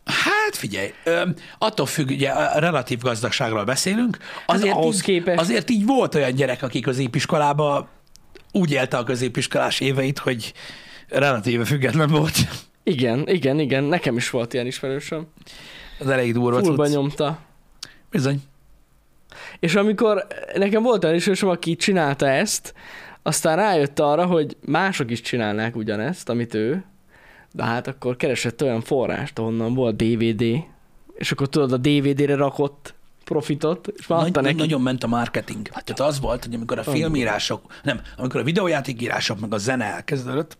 Speaker 1: Hát figyelj, öm, attól függ, ugye a relatív gazdagságról beszélünk, azért,
Speaker 2: Hát ahhoz
Speaker 1: így,
Speaker 2: képest-
Speaker 1: azért így volt olyan gyerek, aki középiskolába úgy élte a középiskolás éveit, hogy relatíve független volt.
Speaker 2: Igen, igen, igen, nekem is volt ilyen ismerősöm.
Speaker 1: Az elég durva
Speaker 2: Fullba
Speaker 1: cucc.
Speaker 2: nyomta.
Speaker 1: Bizony.
Speaker 2: És amikor nekem volt olyan ismerősöm, aki csinálta ezt, aztán rájött arra, hogy mások is csinálnák ugyanezt, amit ő, de hát akkor keresett olyan forrást, ahonnan volt DVD, és akkor tudod, a DVD-re rakott profitot, és már adta
Speaker 1: Nagy,
Speaker 2: neki.
Speaker 1: nagyon ment a marketing. Hát, Tehát az volt, hogy amikor a filmírások, nem, amikor a videójátékírások meg a zene elkezdődött,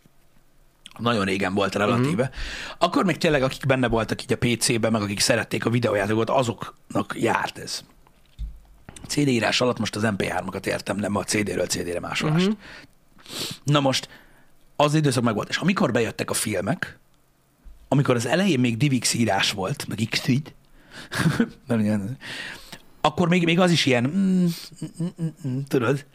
Speaker 1: nagyon régen volt relatíve,
Speaker 2: Mhm.
Speaker 1: akkor még tényleg akik benne voltak így a PC-ben, meg akik szerették a videójátékot, azoknak járt ez. CD írás alatt most az MP3-akat értem, nem a CD-ről CD-re
Speaker 2: Mhm.
Speaker 1: másolást. Na most, az időszak meg volt. És amikor bejöttek a filmek, amikor az elején még DivX írás volt, meg x nem ilyen, akkor még, még az is ilyen, mm, mm, mm, mm, tudod,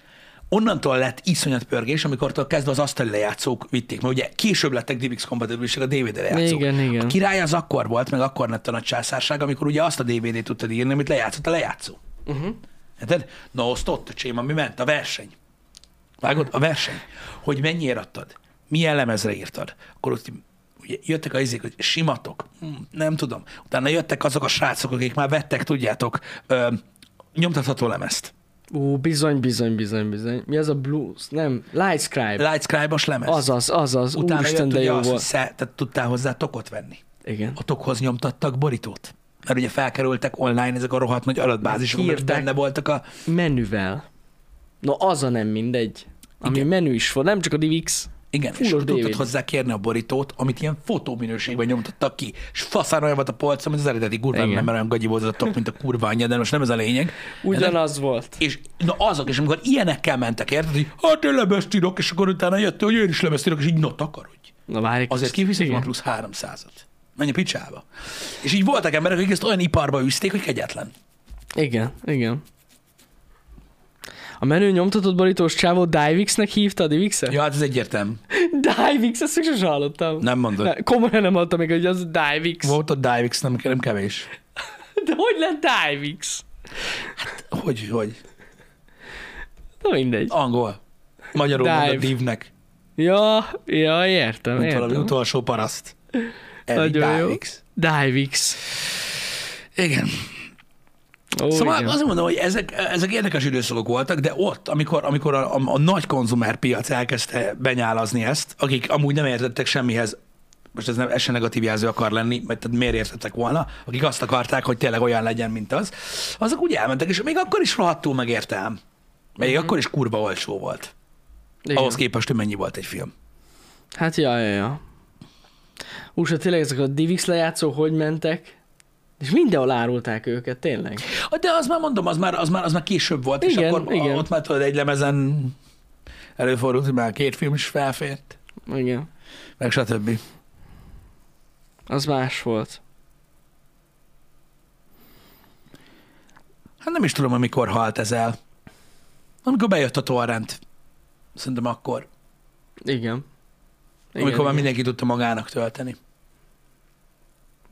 Speaker 1: onnantól lett iszonyat pörgés, amikor kezdve az asztali lejátszók vitték, mert ugye később lettek DivX kompatibilisek a DVD lejátszók.
Speaker 2: Igen,
Speaker 1: A
Speaker 2: igen.
Speaker 1: király az akkor volt, meg akkor lett a nagy császárság, amikor ugye azt a DVD-t tudtad írni, amit lejátszott a lejátszó.
Speaker 2: Uh-huh.
Speaker 1: Érted? Na, azt ott, öcsém, ami ment, a verseny. Vágod? A verseny. Hogy mennyiért adtad? Milyen lemezre írtad? Akkor ott ugye jöttek az izék, hogy simatok, hm, nem tudom. Utána jöttek azok a srácok, akik már vettek, tudjátok, ö, nyomtatható lemezt.
Speaker 2: Ú, bizony, bizony, bizony, bizony. Mi az a blues? Nem, Lightscribe.
Speaker 1: Lightscribe-os lemez.
Speaker 2: Azaz, azaz.
Speaker 1: Utána
Speaker 2: Úristen,
Speaker 1: jött
Speaker 2: de
Speaker 1: ugye
Speaker 2: jó
Speaker 1: az, hogy
Speaker 2: volt.
Speaker 1: sze, tehát tudtál hozzá tokot venni.
Speaker 2: Igen.
Speaker 1: A tokhoz nyomtattak borítót. Mert ugye felkerültek online ezek a rohadt nagy adatbázisok, amik
Speaker 2: Kiírták.
Speaker 1: benne voltak a...
Speaker 2: Menüvel. Na, az a nem mindegy. Ami
Speaker 1: Igen.
Speaker 2: menü is volt, nem csak a DivX.
Speaker 1: Igen, és
Speaker 2: Fullos
Speaker 1: akkor tudtad
Speaker 2: DVD.
Speaker 1: hozzá kérni a borítót, amit ilyen fotóminőségben nyomtattak ki, és faszán olyan volt a polcom, mint az eredeti kurva,
Speaker 2: Igen.
Speaker 1: nem olyan gagyi volt az a tok, mint a kurva anyja, de most nem ez a lényeg.
Speaker 2: Ugyanaz volt.
Speaker 1: És na azok, és amikor ilyenekkel mentek, érted, hogy hát én lemezt írok, és akkor utána jött, hogy én is lemezt írok, és így na takarodj.
Speaker 2: Na várj,
Speaker 1: Azért
Speaker 2: kicsit.
Speaker 1: kiviszik
Speaker 2: Igen.
Speaker 1: ma plusz 300-at. menj a picsába. És így voltak emberek, akik ezt olyan iparba üzték, hogy kegyetlen.
Speaker 2: Igen, igen. A menő nyomtatott barítós csávó Divix-nek hívta a Divix-et?
Speaker 1: Ja, hát ez egyértelmű.
Speaker 2: Divix, ezt még sosem hallottam.
Speaker 1: Nem mondod.
Speaker 2: Ne, komolyan nem hallottam még, hogy az Divix.
Speaker 1: Volt a Divix, nem, nem kevés.
Speaker 2: De hogy lett Divix?
Speaker 1: Hogy, hogy?
Speaker 2: Na mindegy.
Speaker 1: Angol. Magyarul mondod
Speaker 2: Dive.
Speaker 1: divnek,
Speaker 2: Ja, ja, értem,
Speaker 1: mint valami
Speaker 2: értem.
Speaker 1: utolsó paraszt. Evi
Speaker 2: Nagyon jó.
Speaker 1: Divix.
Speaker 2: Divix.
Speaker 1: Igen.
Speaker 2: Ó,
Speaker 1: Szóval
Speaker 2: igen.
Speaker 1: azt mondom, hogy ezek, ezek érdekes időszakok voltak, de ott, amikor, amikor a, a, a nagy konzumerpiac elkezdte benyálazni ezt, akik amúgy nem értettek semmihez, most ez, nem, ez se negatív jelző akar lenni, mert tehát miért értettek volna, akik azt akarták, hogy tényleg olyan legyen, mint az, azok úgy elmentek, és még akkor is rohadtul megértem. Még akkor is kurva olcsó volt.
Speaker 2: Mhm. Igen.
Speaker 1: Ahhoz képest, hogy mennyi volt egy film.
Speaker 2: Hát ja, ja, ja. Úsa, tényleg ezek a Divix lejátszó hogy mentek? És mindenhol árulták őket, tényleg.
Speaker 1: Ah, De az már mondom, az már, az már, az már később volt, és
Speaker 2: Igen,
Speaker 1: akkor
Speaker 2: igen.
Speaker 1: igen. ott már tudod, egy lemezen előfordult, hogy már két film is felfért,
Speaker 2: Igen.
Speaker 1: meg stb.
Speaker 2: Az más volt.
Speaker 1: Hát nem is tudom, amikor halt ez el. Amikor bejött a torrent. Szerintem akkor.
Speaker 2: Igen.
Speaker 1: Igen, amikor már mindenki tudta magának tölteni.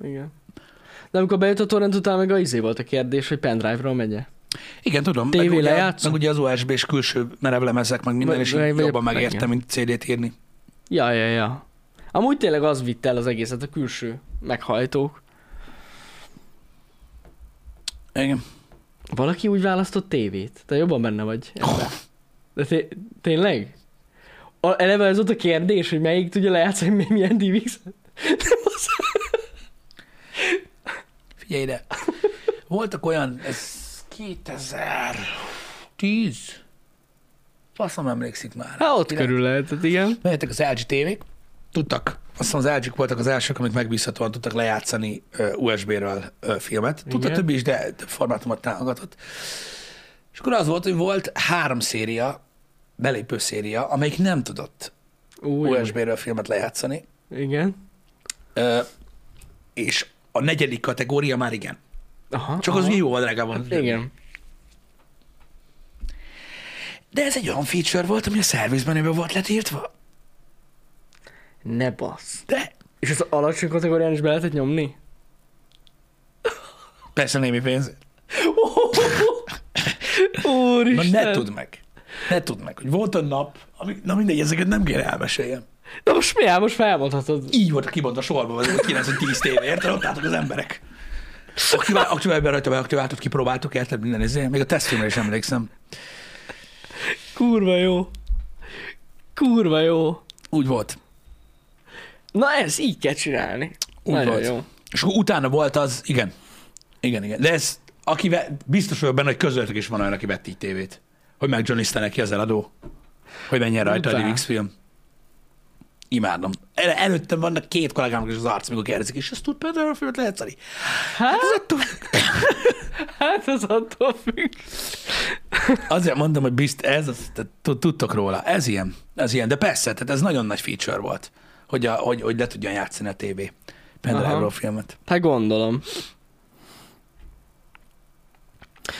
Speaker 2: Igen. De amikor bejött a torrent után, meg a izé volt a kérdés, hogy pendrive-ról megye.
Speaker 1: Igen, tudom.
Speaker 2: TV
Speaker 1: meg, ugye,
Speaker 2: lejátszó?
Speaker 1: meg ugye az USB-s külső merevlemezek, meg minden,
Speaker 2: Vagy-
Speaker 1: és
Speaker 2: vagy-
Speaker 1: így
Speaker 2: vagy-
Speaker 1: jobban megérte,
Speaker 2: igen.
Speaker 1: mint CD-t írni.
Speaker 2: Ja, ja, ja. Amúgy tényleg az vitt el az egészet, a külső meghajtók.
Speaker 1: Igen.
Speaker 2: Valaki úgy választott tévét. Te jobban benne vagy. ebben. De té- tényleg? A, eleve ez volt a kérdés, hogy melyik tudja lejátszani mi- milyen divx
Speaker 1: Figyelj ide. Voltak olyan, ez 2010. Faszom emlékszik már.
Speaker 2: Hát ott
Speaker 1: Kilenc-
Speaker 2: körül lehetett, igen.
Speaker 1: Mehettek az LG tévék, tudtak, azt hiszem az lg voltak az elsők, amik megbízhatóan tudtak lejátszani ö, USB-ről ö, filmet. Tudta
Speaker 2: Igen.
Speaker 1: többi is, de több formátumot támogatott. És akkor az volt, hogy volt három széria, belépő széria, amelyik nem tudott
Speaker 2: Úgy,
Speaker 1: USB-ről filmet lejátszani,
Speaker 2: Igen.
Speaker 1: ö, és a negyedik kategória már igen.
Speaker 2: Aha,
Speaker 1: Csak
Speaker 2: aha. Hát
Speaker 1: az ugye jóval drágában.
Speaker 2: Igen.
Speaker 1: De ez egy olyan feature volt, ami a szervizmenőben volt letírtva.
Speaker 2: Ne bassz.
Speaker 1: De
Speaker 2: És az alacsony kategórián is be lehetett nyomni?
Speaker 1: persze némi pénz. Na
Speaker 2: Úristen.
Speaker 1: ne tudd meg. Ne tudd meg, hogy volt a nap, ami, na mindegy, ezeket nem kéne elmeséljem.
Speaker 2: Na most mi áll? Most felmondhatod.
Speaker 1: Így volt kibont a sorba, az 9-10 téve, érted? Ott álltak az emberek. Aktivál, aktiválj, rajta beaktiváltad, kipróbáltuk, érted minden ezért. Még a tesztfilmre is emlékszem.
Speaker 2: Kurva jó. Kurva jó.
Speaker 1: Úgy volt.
Speaker 2: Na ez így kell csinálni.
Speaker 1: Úgy
Speaker 2: Nagyon
Speaker 1: volt.
Speaker 2: jó.
Speaker 1: És akkor utána volt az, igen. Igen, igen. De ez, aki ve, biztos vagyok benne, hogy közöltök is van olyan, aki vett így tévét. Hogy meg John neki az eladó. Hogy menjen rajta
Speaker 2: Hoppá.
Speaker 1: a DivX film. Imádom. El, előttem vannak két kollégámnak is az arc, amikor kérdezik, és ezt tud például a filmet lejátszani?
Speaker 2: Hát,
Speaker 1: Ez attól
Speaker 2: hát az attól függ.
Speaker 1: Azért mondom, hogy bizt, ez, az- tehát tud- tudtok róla, ez ilyen, ez ilyen, de persze, tehát ez nagyon nagy feature volt, hogy, a, hogy, hogy le tudjon játszani a tévé pendrive
Speaker 2: Aha.
Speaker 1: filmet.
Speaker 2: Hát gondolom.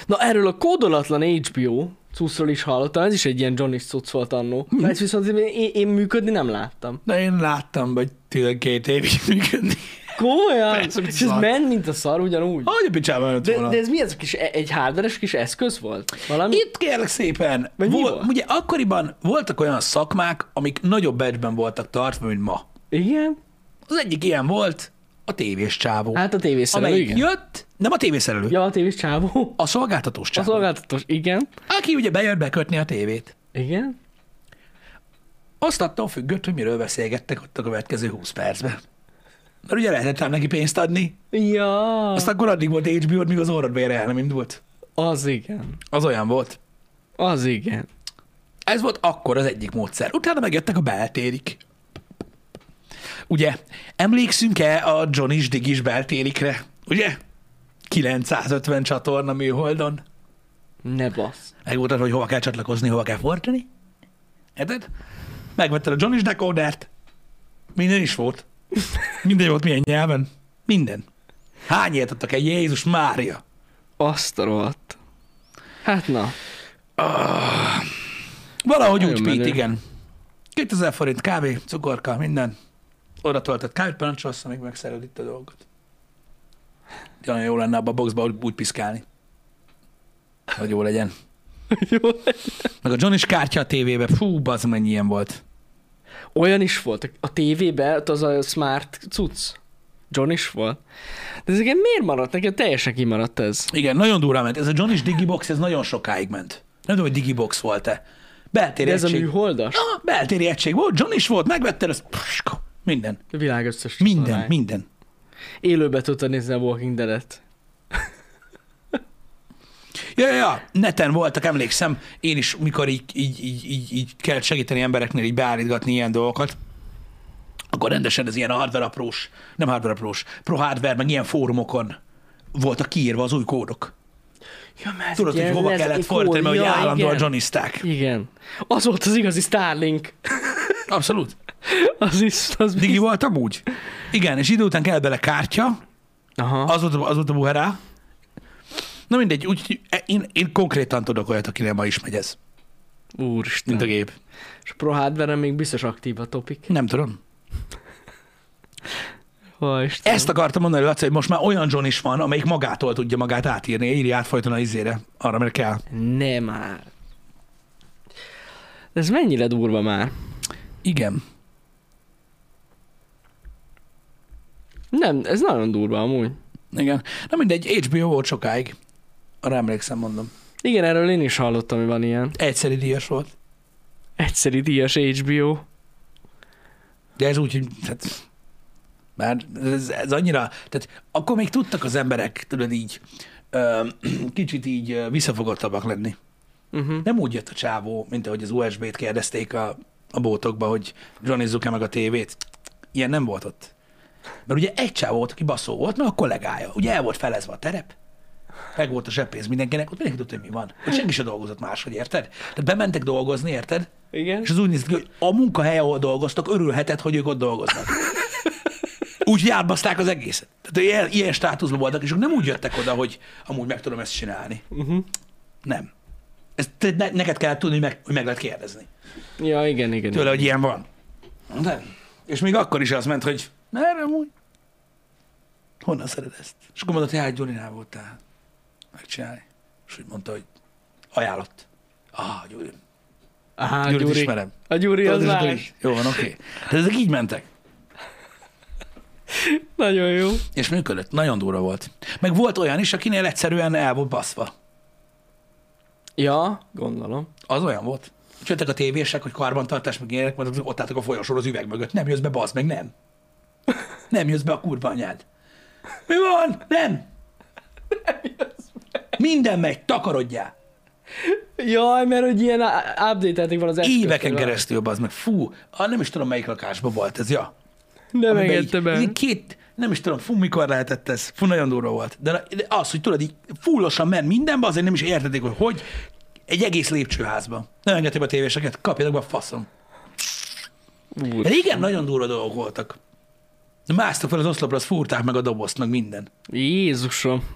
Speaker 2: Na erről a kódolatlan HBO cuccról is hallottam, ez is egy ilyen Johnny cucc volt annó. Hm. Ezt viszont én, én, én működni nem láttam.
Speaker 1: De én láttam, hogy 12 évig működni.
Speaker 2: Komolyan?
Speaker 1: Persze, mint
Speaker 2: és ez
Speaker 1: szar.
Speaker 2: ment, mint a szar, ugyanúgy.
Speaker 1: Hogy a picsában jött
Speaker 2: De,
Speaker 1: volna?
Speaker 2: de ez mi ez a kis, e, egy hardveres kis eszköz volt? Valami?
Speaker 1: Itt kérlek szépen,
Speaker 2: Vagy mi
Speaker 1: vol,
Speaker 2: volt?
Speaker 1: ugye akkoriban voltak olyan szakmák, amik nagyobb becsben voltak tartva, mint ma.
Speaker 2: Igen?
Speaker 1: Az egyik ilyen volt a tévés csávó.
Speaker 2: Hát a tévészerelő,
Speaker 1: amelyik
Speaker 2: igen.
Speaker 1: jött, nem a tévészerelő, ja.
Speaker 2: Ja, a tévés csávó.
Speaker 1: a szolgáltatós
Speaker 2: A
Speaker 1: csávó.
Speaker 2: szolgáltatós, igen.
Speaker 1: Aki ugye bejött bekötni a tévét.
Speaker 2: Igen?
Speaker 1: Azt attól függött, hogy miről beszélgettek ott a következő 20 percben. Mert ugye lehetett ám neki pénzt adni,
Speaker 2: Ja.
Speaker 1: azt akkor addig volt hbo míg az orrod vére el nem indult.
Speaker 2: Az igen.
Speaker 1: Az olyan volt.
Speaker 2: Az igen.
Speaker 1: Ez volt akkor az egyik módszer. Utána megjöttek a beltérik. Ugye, emlékszünk-e a John is Digis beltérikre? Ugye? 950 csatorna műholdon.
Speaker 2: Ne basz.
Speaker 1: Megmutatod, hogy hova kell csatlakozni, hova kell fordítani. Érted? Megvetted a John is decodert. Minden is volt. Minden volt milyen nyelven. Minden. Hány ilyet adtak el? Jézus Mária!
Speaker 2: Azt a rohadt. Hát na.
Speaker 1: Valahogy
Speaker 2: Ah. Nagyon
Speaker 1: úgy, Pete,
Speaker 2: menő.
Speaker 1: igen. 2000 forint kávé, cukorka, minden. Oda töltött kávét, parancsolsz, amíg megszered itt a dolgot. De Nagyon jó lenne abba a boxba úgy- úgy piszkálni. Hogy jó legyen.
Speaker 2: Jó.
Speaker 1: Meg a John is kártya a tévébe. Fú, bazd, mennyi ilyen volt.
Speaker 2: Olyan is volt. A tévében ott az a smart cucc. John is volt. De ez igen, miért maradt? Nekem teljesen kimaradt ez.
Speaker 1: Igen, nagyon durán ment. Ez a John is Digibox, ez nagyon sokáig ment. Nem tudom, hogy Digibox volt-e. Beltéri
Speaker 2: De ez a
Speaker 1: egység.
Speaker 2: műholdas?
Speaker 1: Ah, beltéri egység volt, John is volt, megvetted, ez pska, minden.
Speaker 2: A világ összes
Speaker 1: Minden,
Speaker 2: csatornája.
Speaker 1: minden.
Speaker 2: Élőbe tudtad nézni a Walking Dead-et.
Speaker 1: Ja, ja, ja, neten voltak, emlékszem, én is, mikor így, így, így, így, így kellett segíteni embereknél, így beállítgatni ilyen dolgokat, akkor rendesen ez ilyen hardware aprós, nem hardware aprós, pro hardware, meg ilyen fórumokon voltak kiírva az új kódok.
Speaker 2: Ja, mert
Speaker 1: Tudod, hogy hova kellett fordítani, mert hogy állandóan johnizták.
Speaker 2: Igen. Az volt az igazi Starlink.
Speaker 1: Abszolút.
Speaker 2: Az is, az
Speaker 1: Digi
Speaker 2: biz-
Speaker 1: voltam úgy? Igen, és idő után kellett bele kártya,
Speaker 2: Aha.
Speaker 1: az volt, az volt a buherá. Na mindegy, úgy, én, én konkrétan tudok olyat, akinek ma is megy ez,
Speaker 2: Úristen.
Speaker 1: mint a gép.
Speaker 2: És a Pro hardware még biztos aktív a topik.
Speaker 1: Nem tudom.
Speaker 2: Ó, Istenem.
Speaker 1: Ezt akartam mondani, Laci, hogy most már olyan John is van, amelyik magától tudja magát átírni, írja át folyton az izére, arra, mert kell.
Speaker 2: Nem már. De ez mennyire durva már?
Speaker 1: Igen.
Speaker 2: Nem, ez nagyon durva amúgy.
Speaker 1: Igen. Na mindegy, HBO volt sokáig. Arra emlékszem, mondom.
Speaker 2: Igen, erről én is hallottam, hogy van ilyen.
Speaker 1: Egyszeri díjas volt.
Speaker 2: Egyszeri díjas HBO.
Speaker 1: De ez úgy, hogy... Hát, már ez, ez annyira... Tehát akkor még tudtak az emberek, tudod így, ö, kicsit így ö, visszafogottabbak lenni.
Speaker 2: Uh-huh.
Speaker 1: Nem úgy jött a csávó, mint ahogy az USB-t kérdezték a, a bótokba, hogy johnny e meg a tévét. Ilyen nem volt ott. Mert ugye egy csávó volt, aki baszó volt, meg a kollégája. Ugye el volt felezve a terep, meg volt a zseppénz mindenkinek, ott mindenki tudta, hogy mi van. Ott senki se dolgozott máshogy, érted? Tehát bementek dolgozni, érted?
Speaker 2: Igen.
Speaker 1: És az úgy nézett ki, hogy a munkahely, ahol dolgoztak, örülhetett, hogy ők ott dolgoznak. Úgy járbaszták az egészet. Tehát ilyen, ilyen státuszban voltak, és ők nem úgy jöttek oda, hogy amúgy meg tudom ezt csinálni.
Speaker 2: Uh-huh.
Speaker 1: Nem. Ezt te, ne, neked kell tudni, hogy meg, hogy meg lehet kérdezni.
Speaker 2: Ja, igen, igen.
Speaker 1: Tőle, hogy ilyen van. De. És még akkor is az ment, hogy merre amúgy? Honnan szered ezt? És akkor mondott, hogy hát Gyurinál voltál megcsinálni. És úgy mondta, hogy ajánlott. Ah, Gyuri.
Speaker 2: Aha,
Speaker 1: Gyurit ismerem.
Speaker 2: A Gyuri az
Speaker 1: Tudod, és akkor
Speaker 2: más.
Speaker 1: így, Jó van, oké. De ezek így mentek.
Speaker 2: Nagyon jó.
Speaker 1: És működött. Nagyon durva volt. Meg volt olyan is, akinél egyszerűen el volt baszva.
Speaker 2: Ja, gondolom.
Speaker 1: Az olyan volt. És Jöttek a tévések, hogy karbantartás, meg ilyenek, mert ott álltak a folyosón az üveg mögött. Nem jössz be, bazd meg, nem. Nem jössz be a kurva anyád. Mi van? Nem. Nem Minden megy, takarodjál.
Speaker 2: Jaj, mert hogy ilyen update van az eszközt.
Speaker 1: Éveken keresztül, bazd meg. Fú, ah, nem is tudom, melyik lakásban volt ez, ja.
Speaker 2: Nem
Speaker 1: Amiben
Speaker 2: engedte
Speaker 1: így-
Speaker 2: be.
Speaker 1: így Két, nem is tudom, fú, mikor lehetett ez. Fú, nagyon durva volt. De, de az, hogy tudod, így fullosan ment mindenbe, azért nem is értették, hogy hogy egy egész lépcsőházba. Nem engedték be a tévéseket, kapjatok be a faszom.
Speaker 2: Úr.
Speaker 1: Régen nagyon durva dolgok voltak. Másztak fel az oszlopra, azt fúrták meg a dobozt, meg minden.
Speaker 2: Jézusom.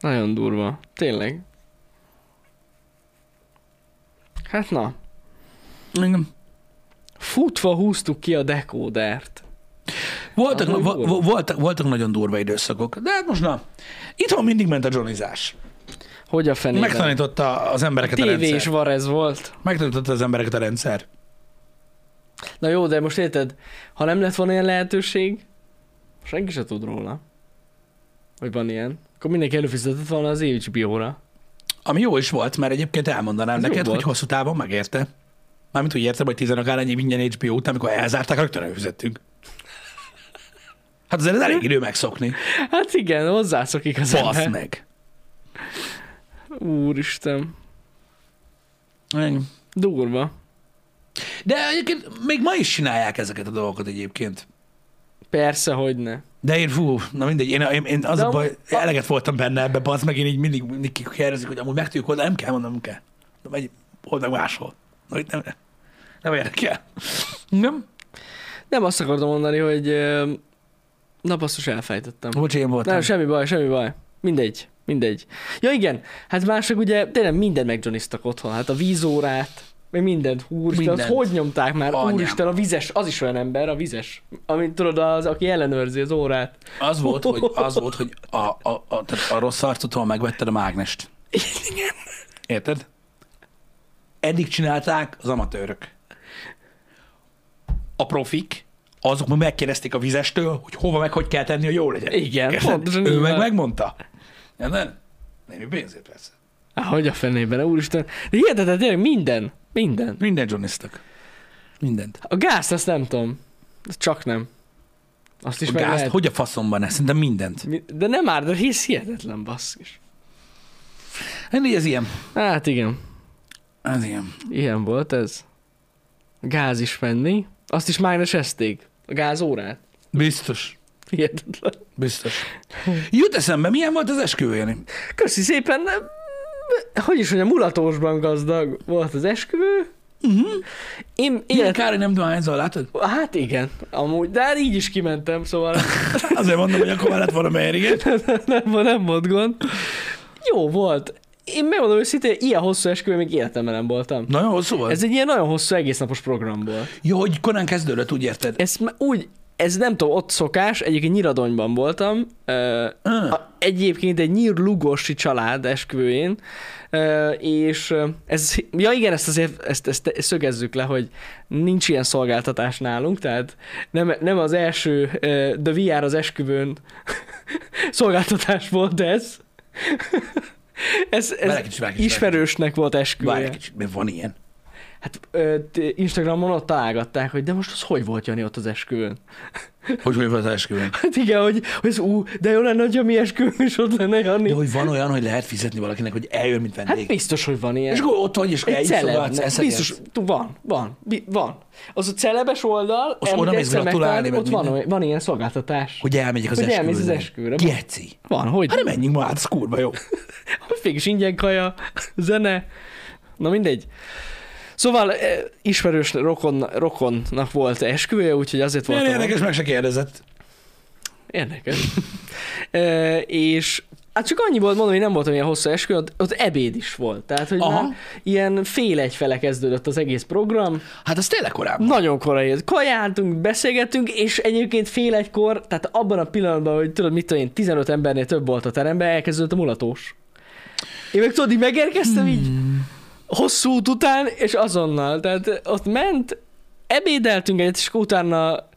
Speaker 2: Nagyon durva. Tényleg. Hát na.
Speaker 1: Igen.
Speaker 2: Futva húztuk ki a dekódert.
Speaker 1: Voltak,
Speaker 2: Az
Speaker 1: na,
Speaker 2: úgy
Speaker 1: vo-
Speaker 2: volt.
Speaker 1: vo- voltak, voltak nagyon durva időszakok, de hát most na, itthon mindig ment a johnizás.
Speaker 2: Hogy a fenében?
Speaker 1: Megtanította az embereket a
Speaker 2: TV és
Speaker 1: rendszer.
Speaker 2: var ez volt.
Speaker 1: Megtanította az embereket a rendszer.
Speaker 2: Na jó, de most érted, ha nem lett volna ilyen lehetőség, senki se tud róla, hogy van ilyen. Akkor mindenki előfizetett volna az HBO-ra.
Speaker 1: Ami jó is volt, mert egyébként elmondanám
Speaker 2: Ez jó
Speaker 1: neked,
Speaker 2: volt.
Speaker 1: hogy hosszú távon megérte. Mármint úgy értem, hogy tizenakár ennyi minden HBO után, amikor elzárták, rögtön előfizettünk. Hát azért ez
Speaker 2: Hm?
Speaker 1: elég idő megszokni.
Speaker 2: Hát igen, hozzászokik az
Speaker 1: Fasz
Speaker 2: ember.
Speaker 1: meg.
Speaker 2: Úristen, Hm.
Speaker 1: Igen.
Speaker 2: durva.
Speaker 1: De egyébként még ma is csinálják ezeket a dolgokat egyébként.
Speaker 2: Persze, hogy ne.
Speaker 1: De én, fú, na mindegy, én, én, én az
Speaker 2: De
Speaker 1: a baj,
Speaker 2: amúgy-
Speaker 1: eleget voltam benne ebbe, bazd meg, én így mindig, mindig kikérdezik, hogy amúgy meg tudjuk oldani, nem kell mondanom, nem kell. De megy, old meg máshol. Na, itt nem, nem érdekel. Nem?
Speaker 2: Nem azt akartam mondani, hogy ö, Na basszus, elfejtettem.
Speaker 1: Bocs, én voltam.
Speaker 2: Nem, semmi baj, semmi baj. Mindegy, mindegy. Ja igen, hát mások ugye tényleg mindent megjohniztak otthon, hát a vízórát, meg mindent, úristen, azt
Speaker 1: Mindent.
Speaker 2: hogy nyomták már,
Speaker 1: Anyám.
Speaker 2: úristen, a vizes, az is olyan ember, a vizes, amit tudod, az, aki ellenőrzi az órát.
Speaker 1: Az volt, hogy, az volt, hogy a, a, a, tehát a rossz arcotól megvetted a mágnest. Érted? Eddig csinálták az amatőrök. A profik, azok meg megkérdezték a vizestől, hogy hova meg hogy kell tenni, hogy jó legyen.
Speaker 2: Igen,
Speaker 1: Érted?
Speaker 2: pontosan így
Speaker 1: Ő meg
Speaker 2: van.
Speaker 1: megmondta. Ja, nem? Némi pénzért persze.
Speaker 2: Há, hogy a fenében, úristen. De hihetetlen, tényleg minden, minden.
Speaker 1: Minden Hát johnnistak. Mindent.
Speaker 2: A gáz, azt nem tudom. Azt Csak nem. Azt is
Speaker 1: És a
Speaker 2: meg
Speaker 1: gázt,
Speaker 2: lehet.
Speaker 1: hogy a faszomban ez? Szerintem mindent.
Speaker 2: Mi- De nem már, de hisz hihetetlen basszus.
Speaker 1: Hát így ez ilyen.
Speaker 2: Hát igen,
Speaker 1: Ez ilyen.
Speaker 2: ilyen volt ez. Gáz is menni. Azt is mágnesezték. A gázórát.
Speaker 1: Biztos.
Speaker 2: Hihetetlen.
Speaker 1: Biztos. Jut eszembe, milyen volt az esküvő, Jani?
Speaker 2: Köszi szépen. Hogy is mondjam, mulatósban gazdag volt az esküvő.
Speaker 1: Uh-huh.
Speaker 2: Én
Speaker 1: Ilyen
Speaker 2: élet...
Speaker 1: kár, hogy nem dohányzol, látod?
Speaker 2: Hát igen, amúgy, de hát így is kimentem, szóval
Speaker 1: Hát Azért mondom, hogy akkor már lett volna miért, igen.
Speaker 2: nem, volt- nem volt gond. Jó volt. Én megmondom őszintén, ilyen hosszú esküvő még életemben nem voltam.
Speaker 1: Nagyon hosszú volt. Ez...
Speaker 2: Ez egy ilyen nagyon hosszú egésznapos program volt.
Speaker 1: Jó, hogy korán kezdődött, úgy érted?
Speaker 2: Ez úgy, ez nem tudom, ott szokás, egyébként Nyíradonyban voltam, ö,
Speaker 1: Ah,
Speaker 2: a- egyébként egy nyírlugosi család esküvőjén, ö, és ö, ez, ja igen, ezt azért ezt, ezt szögezzük le, hogy nincs ilyen szolgáltatás nálunk, tehát nem, nem az első ö, The VR az esküvőn szolgáltatás volt ez. ez, ez
Speaker 1: Várj egy kicsit, várj egy kicsit,
Speaker 2: ismerősnek volt
Speaker 1: Várj egy
Speaker 2: esküvője.
Speaker 1: kicsit, mert van ilyen.
Speaker 2: Hát ö, t- Instagramon ott találgatták, hogy de most az hogy volt Jani ott az esküvőn?
Speaker 1: Hogy hogy volt az esküvőn?
Speaker 2: Hát igen, hogy, hogy ez, ú, de jó lenne, hogy a mi esküvőn is ott lenne Jani.
Speaker 1: De hogy van olyan, hogy lehet fizetni valakinek, hogy eljön, mint vendég.
Speaker 2: Hát biztos, hogy van ilyen.
Speaker 1: és akkor ott vagy, és akkor
Speaker 2: egy
Speaker 1: eljössz
Speaker 2: celeb,
Speaker 1: szobát,
Speaker 2: nem,
Speaker 1: eszed
Speaker 2: biztos,
Speaker 1: ezt.
Speaker 2: tú- van, van, bi- van. Az a celebes oldal,
Speaker 1: Az
Speaker 2: amit
Speaker 1: oda mész
Speaker 2: egyszer
Speaker 1: gratulálni,
Speaker 2: megtalálod,
Speaker 1: meg
Speaker 2: ott van,
Speaker 1: minden.
Speaker 2: olyan- van ilyen szolgáltatás.
Speaker 1: Hogy elmegyek az
Speaker 2: Hogy
Speaker 1: esküvőre.
Speaker 2: elmész az esküvőre.
Speaker 1: Geci.
Speaker 2: Van, hogy?
Speaker 1: Hát nem menjünk ma át, ez kurva jó.
Speaker 2: Végig ingyen kaja, zene, na mindegy. Szóval eh, ismerős rokon, rokonnak volt esküvője, úgyhogy azért
Speaker 1: Milyen
Speaker 2: voltam. ott.
Speaker 1: érdekes, meg se kérdezett.
Speaker 2: Érdekes. e, és hát csak annyi volt, mondom, hogy nem voltam ilyen hosszú esküvőn, ott, ott ebéd is volt. Tehát, hogy
Speaker 1: Aha.
Speaker 2: Aha. már ilyen fél egyfele kezdődött az egész program.
Speaker 1: Hát az tényleg korábban.
Speaker 2: Nagyon korai. ez. Kajáltunk, beszélgettünk, és egyébként fél egykor, tehát abban a pillanatban, hogy tudod, mit tudom én, 15 embernél több volt a teremben, elkezdődött a mulatós. Én meg tudod, így megérkeztem így hosszú út után, és azonnal. Tehát ott ment, ebédeltünk egyet, és akkor utána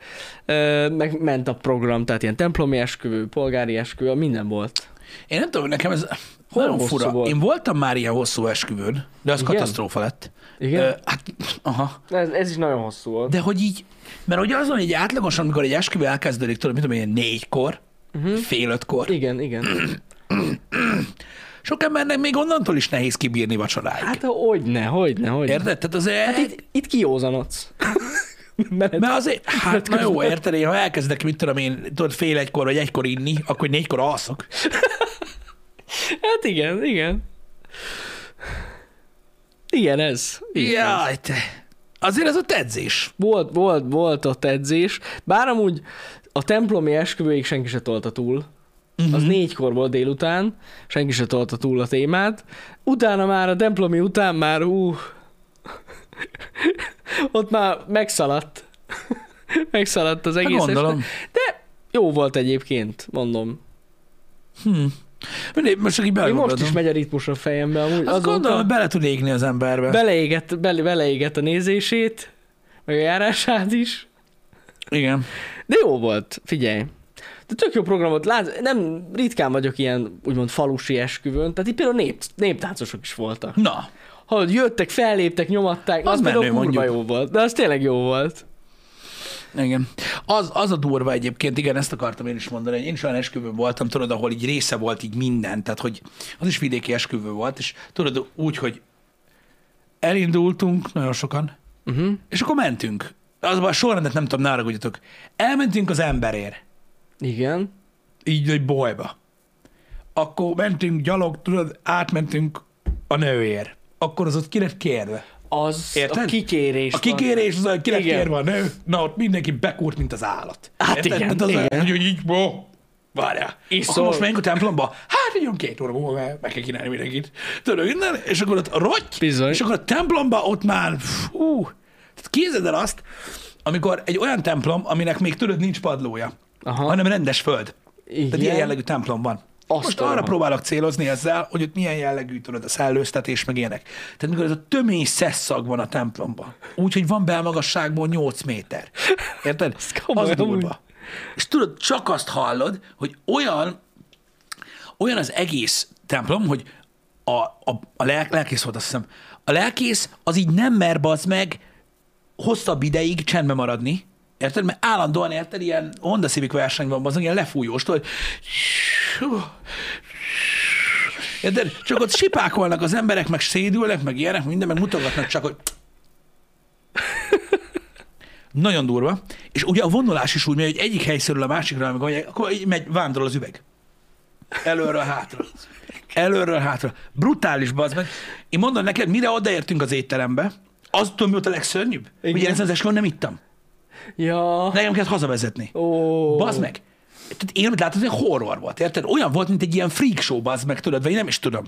Speaker 2: ö, meg ment a program, tehát ilyen templomi esküvő, polgári esküvő, minden volt.
Speaker 1: Én nem tudom, nekem ez
Speaker 2: Nagyon
Speaker 1: nagyon
Speaker 2: hosszú
Speaker 1: fura.
Speaker 2: volt.
Speaker 1: Én voltam már ilyen hosszú esküvőn, de az
Speaker 2: Igen?
Speaker 1: katasztrófa lett.
Speaker 2: Igen?
Speaker 1: Ö, hát, aha.
Speaker 2: ez, ez is nagyon hosszú volt.
Speaker 1: De hogy így, mert ugye azon egy átlagosan, amikor egy esküvő elkezdődik, tudod, mit tudom én, négykor, uh-huh. fél ötkor,
Speaker 2: Mhm. Igen, igen.
Speaker 1: sok embernek még onnantól is nehéz kibírni vacsoráig. Hát,
Speaker 2: Hát hogyne, hogyne, hogyne.
Speaker 1: Érted? Tehát azért, hát
Speaker 2: Itt, itt kiózanodsz. Menet
Speaker 1: mert azért, hát na jó, érted, én ha elkezdek, mit tudom én, tudod, fél egykor vagy egykor inni, akkor négykor alszok.
Speaker 2: Hát igen, igen. Igen, ez. Igen. ez.
Speaker 1: Jaj, te. Azért ez a Hát edzés.
Speaker 2: Volt, volt, volt ott edzés. Bár amúgy a templomi esküvőig senki se tolta túl. Uh-huh.
Speaker 1: Mhm.
Speaker 2: Az négykor volt délután, senki se tolta túl a témát. Utána már a templomi után már, ú, ott már megszaladt. megszaladt az
Speaker 1: Hát
Speaker 2: egész
Speaker 1: gondolom.
Speaker 2: este. Jó volt egyébként, mondom.
Speaker 1: Hm. Mindegy, most csak így
Speaker 2: Én most
Speaker 1: belegondoltam.
Speaker 2: is megy a ritmus a fejembe amúgy.
Speaker 1: Azt
Speaker 2: azóta-
Speaker 1: gondolom, hogy bele tud égni az emberbe.
Speaker 2: beleégett, bele, beleégett a nézését, meg a járását is.
Speaker 1: Igen.
Speaker 2: De jó volt, figyelj. De tök jó program volt. Lát, nem ritkán vagyok ilyen úgymond falusi esküvőn, tehát itt például nép, néptáncosok is voltak.
Speaker 1: Na,
Speaker 2: Hallod, jöttek, felléptek, nyomatták,
Speaker 1: Az
Speaker 2: az, az például
Speaker 1: menő,
Speaker 2: kurva
Speaker 1: mondjuk.
Speaker 2: jó volt. De az tényleg jó volt.
Speaker 1: Igen. Az, az a durva egyébként, igen, ezt akartam én is mondani, hogy én is olyan esküvő voltam, tudod, ahol így része volt így minden, tehát hogy az is vidéki esküvő volt, és tudod, úgy, hogy elindultunk nagyon sokan,
Speaker 2: Uh-huh.
Speaker 1: és akkor mentünk. Azban a sorrendet nem tudom, ne haragudjatok. Elmentünk az emberért,
Speaker 2: Igen.
Speaker 1: így egy bolyba. Akkor mentünk gyalog, tudod, átmentünk a nőért. Akkor az ott ki lett kérve.
Speaker 2: az a
Speaker 1: Érted?
Speaker 2: kikérés.
Speaker 1: A kikérés az a kinek
Speaker 2: Igen.
Speaker 1: kér van, nő? Na ott mindenki bekúrt, mint az állat.
Speaker 2: Hát igen,
Speaker 1: Tehát az
Speaker 2: igen.
Speaker 1: A, hogy így, bó, várjál.
Speaker 2: Iszol.
Speaker 1: Akkor most menjünk a templomba? Hát egy olyan két óra múlva már meg kell kínálni mindenkit. Tudod, innen, és akkor ott a rotty,
Speaker 2: Bizony.
Speaker 1: és akkor a templomba ott már, fú, tehát képzeld el azt, amikor egy olyan templom, aminek még tudod nincs padlója,
Speaker 2: Aha.
Speaker 1: hanem rendes föld.
Speaker 2: Igen.
Speaker 1: Tehát ilyen jellegű templom van.
Speaker 2: Azt
Speaker 1: Most
Speaker 2: tudom.
Speaker 1: arra próbálok célozni ezzel, hogy ott milyen jellegű tudod a szellőztetés, meg ilyenek. Tehát mikor ez a tömény szesszag van a templomban, úgyhogy van belmagasságból 8 méter. Érted?
Speaker 2: komoly,
Speaker 1: Az
Speaker 2: amúgy.
Speaker 1: durva. És tudod, csak azt hallod, hogy olyan, olyan az egész templom, hogy a, a, a lelk, lelkész volt, azt hiszem. A lelkész az így nem mer bazd meg hosszabb ideig csendben maradni, érted? Mert állandóan, érted, ilyen Honda Civic versenyben van, az ilyen lefújós, tudod, Érted? Csak ott sipákolnak az emberek, meg szédülnek, meg ilyenek, minden, meg mutogatnak csak, hogy... Nagyon durva. És ugye a vonulás is úgy megy, hogy egyik helyszerül a másikra, amikor mondják, akkor így megy, vándorol az üveg. Előről hátra. Előről hátra. Brutális, bazd meg. Én mondom neked, mire odaértünk az étterembe, az tudom, mi volt a legszörnyűbb?
Speaker 2: Igen.
Speaker 1: Igen. Ugye ezen az esküvőn nem ittam.
Speaker 2: Ja.
Speaker 1: Nekem kellett hazavezetni.
Speaker 2: Ó.
Speaker 1: Bazd meg. Tehát én amit látod, hogy horror volt, érted? Olyan volt, mint egy ilyen freak show, bazd meg, tudod, vagy én nem is tudom.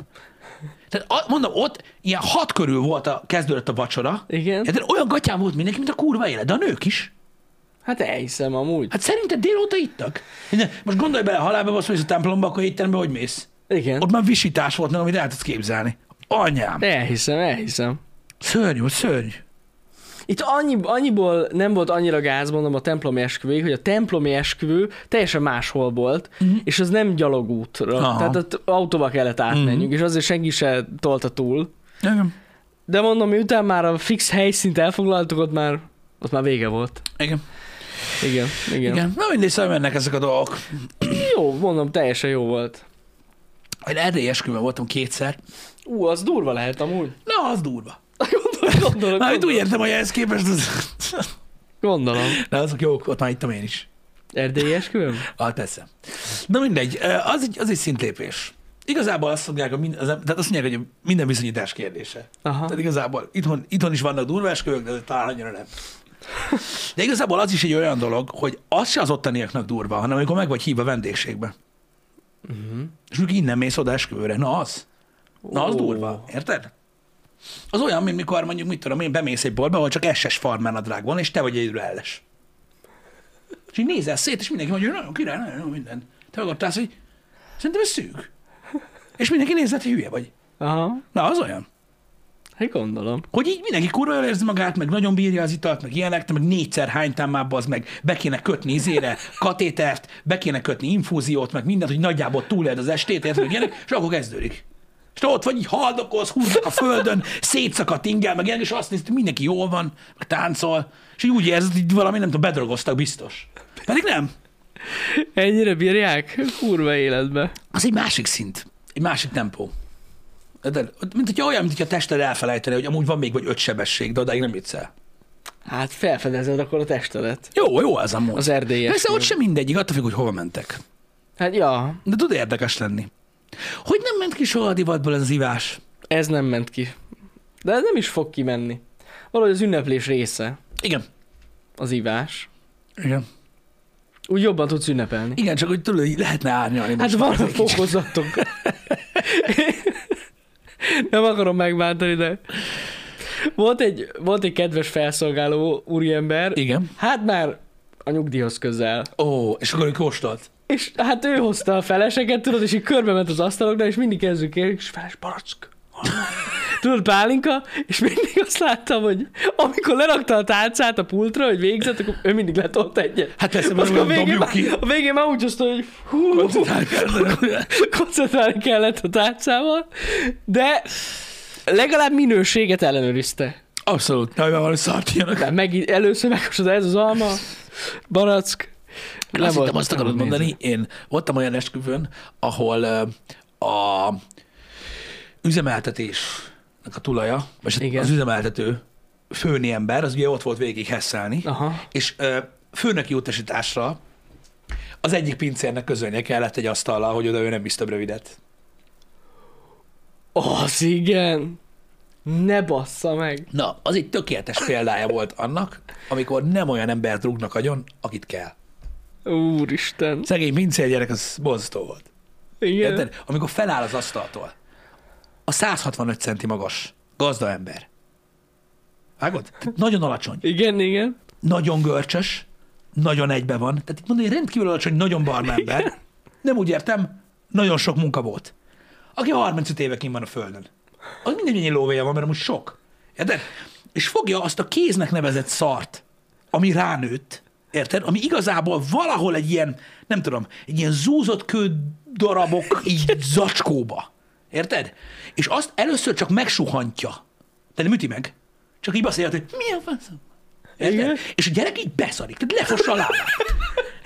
Speaker 1: Tehát a- mondom, ott ilyen hat körül volt a kezdődött a vacsora.
Speaker 2: Igen.
Speaker 1: Érted? Olyan gatyán volt mindenki, mint a kurva élet, de a nők is.
Speaker 2: Hát elhiszem amúgy.
Speaker 1: Hát szerinted délóta ittak? Minden- Most gondolj bele, halálba basz, hogy a templomba, akkor étterembe hogy mész?
Speaker 2: Igen.
Speaker 1: Ott már visítás volt, nem, amit el tudsz képzelni. Anyám.
Speaker 2: Elhiszem, elhiszem.
Speaker 1: Szörnyű, volt, szörnyű.
Speaker 2: Itt annyi, annyiból nem volt annyira gáz, mondom, a templomi esküvőig, hogy a templomi esküvő teljesen máshol volt, mm-hmm. és az nem gyalogútra. Aha.
Speaker 1: Mhm. Aha. Mhm.
Speaker 2: Tehát ott autóval kellett átmennünk, mm-hmm. és azért senki se tolta túl.
Speaker 1: Igen.
Speaker 2: De mondom, miután már a fix helyszínt elfoglaltuk, ott már, ott már vége volt.
Speaker 1: Igen.
Speaker 2: Igen, igen. igen.
Speaker 1: Igen. Na mindig szóval mennek ezek a dolgok.
Speaker 2: Jó, mondom, teljesen jó volt.
Speaker 1: Én erdélyi esküvőn voltam kétszer.
Speaker 2: Ú, az durva lehet amúgy.
Speaker 1: Na, az durva.
Speaker 2: Gondolom, gondolom.
Speaker 1: Mármint úgy
Speaker 2: gondolom.
Speaker 1: értem, hogy ehhez képest az...
Speaker 2: gondolom.
Speaker 1: De azok jók, ott már ittam én is.
Speaker 2: Erdélyi esküvőm?
Speaker 1: Hát persze. Na mindegy, az egy, az egy szintlépés. Igazából azt mondják, hogy mind, az, tehát azt mondják, hogy minden viszonyítás kérdése.
Speaker 2: Aha.
Speaker 1: Tehát igazából itthon, itthon is vannak durváskövek, de talán annyira nem. De igazából az is egy olyan dolog, hogy az se az ottaniaknak durva, hanem amikor meg vagy hívva vendégségbe.
Speaker 2: Uh-huh.
Speaker 1: És mondjuk innen mész oda esküvőre. Na az. Na az
Speaker 2: Ó.
Speaker 1: durva. Érted? Az olyan, mint mikor mondjuk, mit tudom én, bemész egy boltba, ahol csak SS farmánadrág van, és te vagy egyedül elles. És így nézel szét, és mindenki mondja, hogy nagyon király, nagyon jó minden. Te meg ott állsz, hogy szerintem ez szűk. És mindenki nézett, hogy hülye vagy.
Speaker 2: Aha.
Speaker 1: Na, az olyan.
Speaker 2: Hát gondolom.
Speaker 1: Hogy így mindenki kurva jól érzi magát, meg nagyon bírja az italt, meg ilyenek, te meg négyszer hánytál már az meg be kéne kötni izére, katétert, be kéne kötni infúziót, meg mindent, hogy nagyjából túléled az estét, érted, meg ilyenek, és akkor kezdődik. És te ott vagy, így haldokolsz, húznak a földön, szétszakadt ingel, meg ilyenek, és azt nézed, hogy mindenki jól van, meg táncol, és így úgy érzed, hogy valami, nem tudom, bedrogoztak biztos. Pedig nem.
Speaker 2: Ennyire bírják? Kurva életbe.
Speaker 1: Az egy másik szint, egy másik tempó. De, mint hogyha olyan, mint hogyha a tested elfelejteni, hogy amúgy van még vagy öt sebesség, de odáig nem jutsz el.
Speaker 2: Hát felfedezed akkor a testedet.
Speaker 1: Jó, jó ez a mód.
Speaker 2: Az erdélyes.
Speaker 1: Persze ott sem mindegyik, attól függ, hogy hova mentek.
Speaker 2: Hát ja,
Speaker 1: De tud érdekes lenni. Hogy nem ment ki soha a divatból ez az ivás?
Speaker 2: ez nem ment ki. De ez nem is fog kimenni. Valahogy az ünneplés része,
Speaker 1: Igen.
Speaker 2: az ivás.
Speaker 1: Igen.
Speaker 2: Úgy jobban tudsz ünnepelni.
Speaker 1: Igen, csak hogy tudod, így lehetne árnyalni.
Speaker 2: Hát
Speaker 1: most
Speaker 2: van
Speaker 1: már
Speaker 2: a
Speaker 1: egy kicsit.
Speaker 2: fokozatok. Nem akarom megbántani, de... Volt egy, volt egy kedves felszolgáló úriember,
Speaker 1: Igen.
Speaker 2: hát már a nyugdíjhoz közel.
Speaker 1: Ó, és akkor ő kóstolt.
Speaker 2: És hát ő hozta a feleseket, tudod, és így körbe ment az asztaloknál, és mindig kezdünk el, és feles barack. Tudod, pálinka, és mindig azt láttam, hogy amikor lerakta a tálcát a pultra, hogy végzett, akkor ő mindig letolt egyet.
Speaker 1: Hát persze, mert
Speaker 2: Aztán
Speaker 1: nem
Speaker 2: a végén,
Speaker 1: dobjuk
Speaker 2: már,
Speaker 1: ki.
Speaker 2: a végén már úgy osztott, hogy hú,
Speaker 1: Koncentrálj kell.
Speaker 2: koncentrálni kellett a tálcával, de legalább minőséget ellenőrizte.
Speaker 1: Abszolút. Na, van, hogy szart ilyenek.
Speaker 2: De meg, először megkóstolta ez az alma, barack.
Speaker 1: Én
Speaker 2: Nem
Speaker 1: azt
Speaker 2: volt-
Speaker 1: hittem, azt
Speaker 2: nem
Speaker 1: akarod
Speaker 2: volt
Speaker 1: mondani, én voltam olyan esküvőn, ahol ö, a üzemeltetésnek a tulaja, vagy hát
Speaker 2: Igen.
Speaker 1: az üzemeltető főni ember, az ugye ott volt végig hesszelni,
Speaker 2: Aha.
Speaker 1: és ö, főnöki utasításra az egyik pincérnek közölnie kellett egy asztallal, hogy oda ő nem bíz több rövidet.
Speaker 2: Az igen. Ne bassza meg.
Speaker 1: Na, az egy tökéletes példája volt annak, amikor nem olyan embert rúgnak agyon, akit kell.
Speaker 2: Úristen.
Speaker 1: Szegény pincér gyerek, az borzasztó volt.
Speaker 2: Igen.
Speaker 1: Érted? Amikor feláll az asztaltól, a 165 centi magas gazda ember. Vágod? Tehát nagyon alacsony,
Speaker 2: Igen, igen.
Speaker 1: nagyon görcsös, nagyon egybe van. Tehát itt mondom, hogy rendkívül alacsony, nagyon barna ember. Nem úgy értem, nagyon sok munka volt. Aki 35 évekin van a földön. Az minden ennyi lóvéja van, mert most sok. Érted? És fogja azt a kéznek nevezett szart, ami ránőtt, érted? Ami igazából valahol egy ilyen, nem tudom, egy ilyen zúzott kő darabok így zacskóba. Érted? És azt először csak megsuhantja. Tehát nem üti meg. Csak így beszélt, hogy mi a faszom? Érted?
Speaker 2: Igen.
Speaker 1: És a gyerek így beszarik, tehát lefossa a lábát.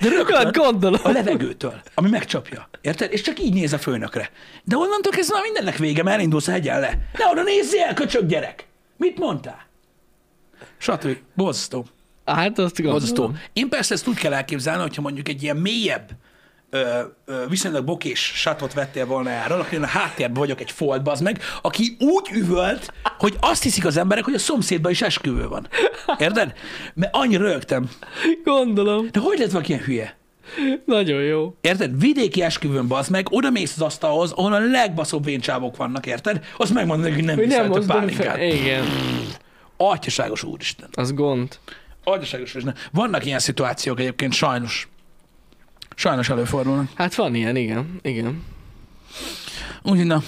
Speaker 1: De
Speaker 2: Hát
Speaker 1: rögtön
Speaker 2: gondolom.
Speaker 1: a levegőtől, ami megcsapja. Érted? És csak így néz a főnökre. De onnantól kezdve már mindennek vége, mert elindulsz a hegyen le. Ne oda nézzél, köcsög gyerek! Mit mondtál? Stb. Bozzasztó.
Speaker 2: Hát azt
Speaker 1: Bozzasztó.
Speaker 2: gondolom.
Speaker 1: Én persze ezt úgy kell elképzelni, hogyha mondjuk egy ilyen mélyebb, ö, ö, viszonylag bokés sátot vettél volna erről, akkor én a háttérben vagyok egy foldba, az meg, aki úgy üvölt, hogy azt hiszik az emberek, hogy a szomszédban is esküvő van. Érted? Mert annyira rögtem.
Speaker 2: Gondolom.
Speaker 1: De hogy lett valaki ilyen hülye?
Speaker 2: Nagyon jó.
Speaker 1: Érted? Vidéki esküvőn bazd meg, oda mész az asztalhoz, ahol a legbaszóbb véncsávok vannak, érted? Azt megmondod, hogy nem
Speaker 2: Hogy nem
Speaker 1: viszel több
Speaker 2: mozdul fel.
Speaker 1: pálinkát.
Speaker 2: Igen.
Speaker 1: Atyaságos úristen.
Speaker 2: Az gond.
Speaker 1: Atyaságos úristen. Vannak ilyen szituációk egyébként, sajnos. Sajnos előfordulnak.
Speaker 2: Hát van ilyen, igen. Igen.
Speaker 1: Úgyhogy na.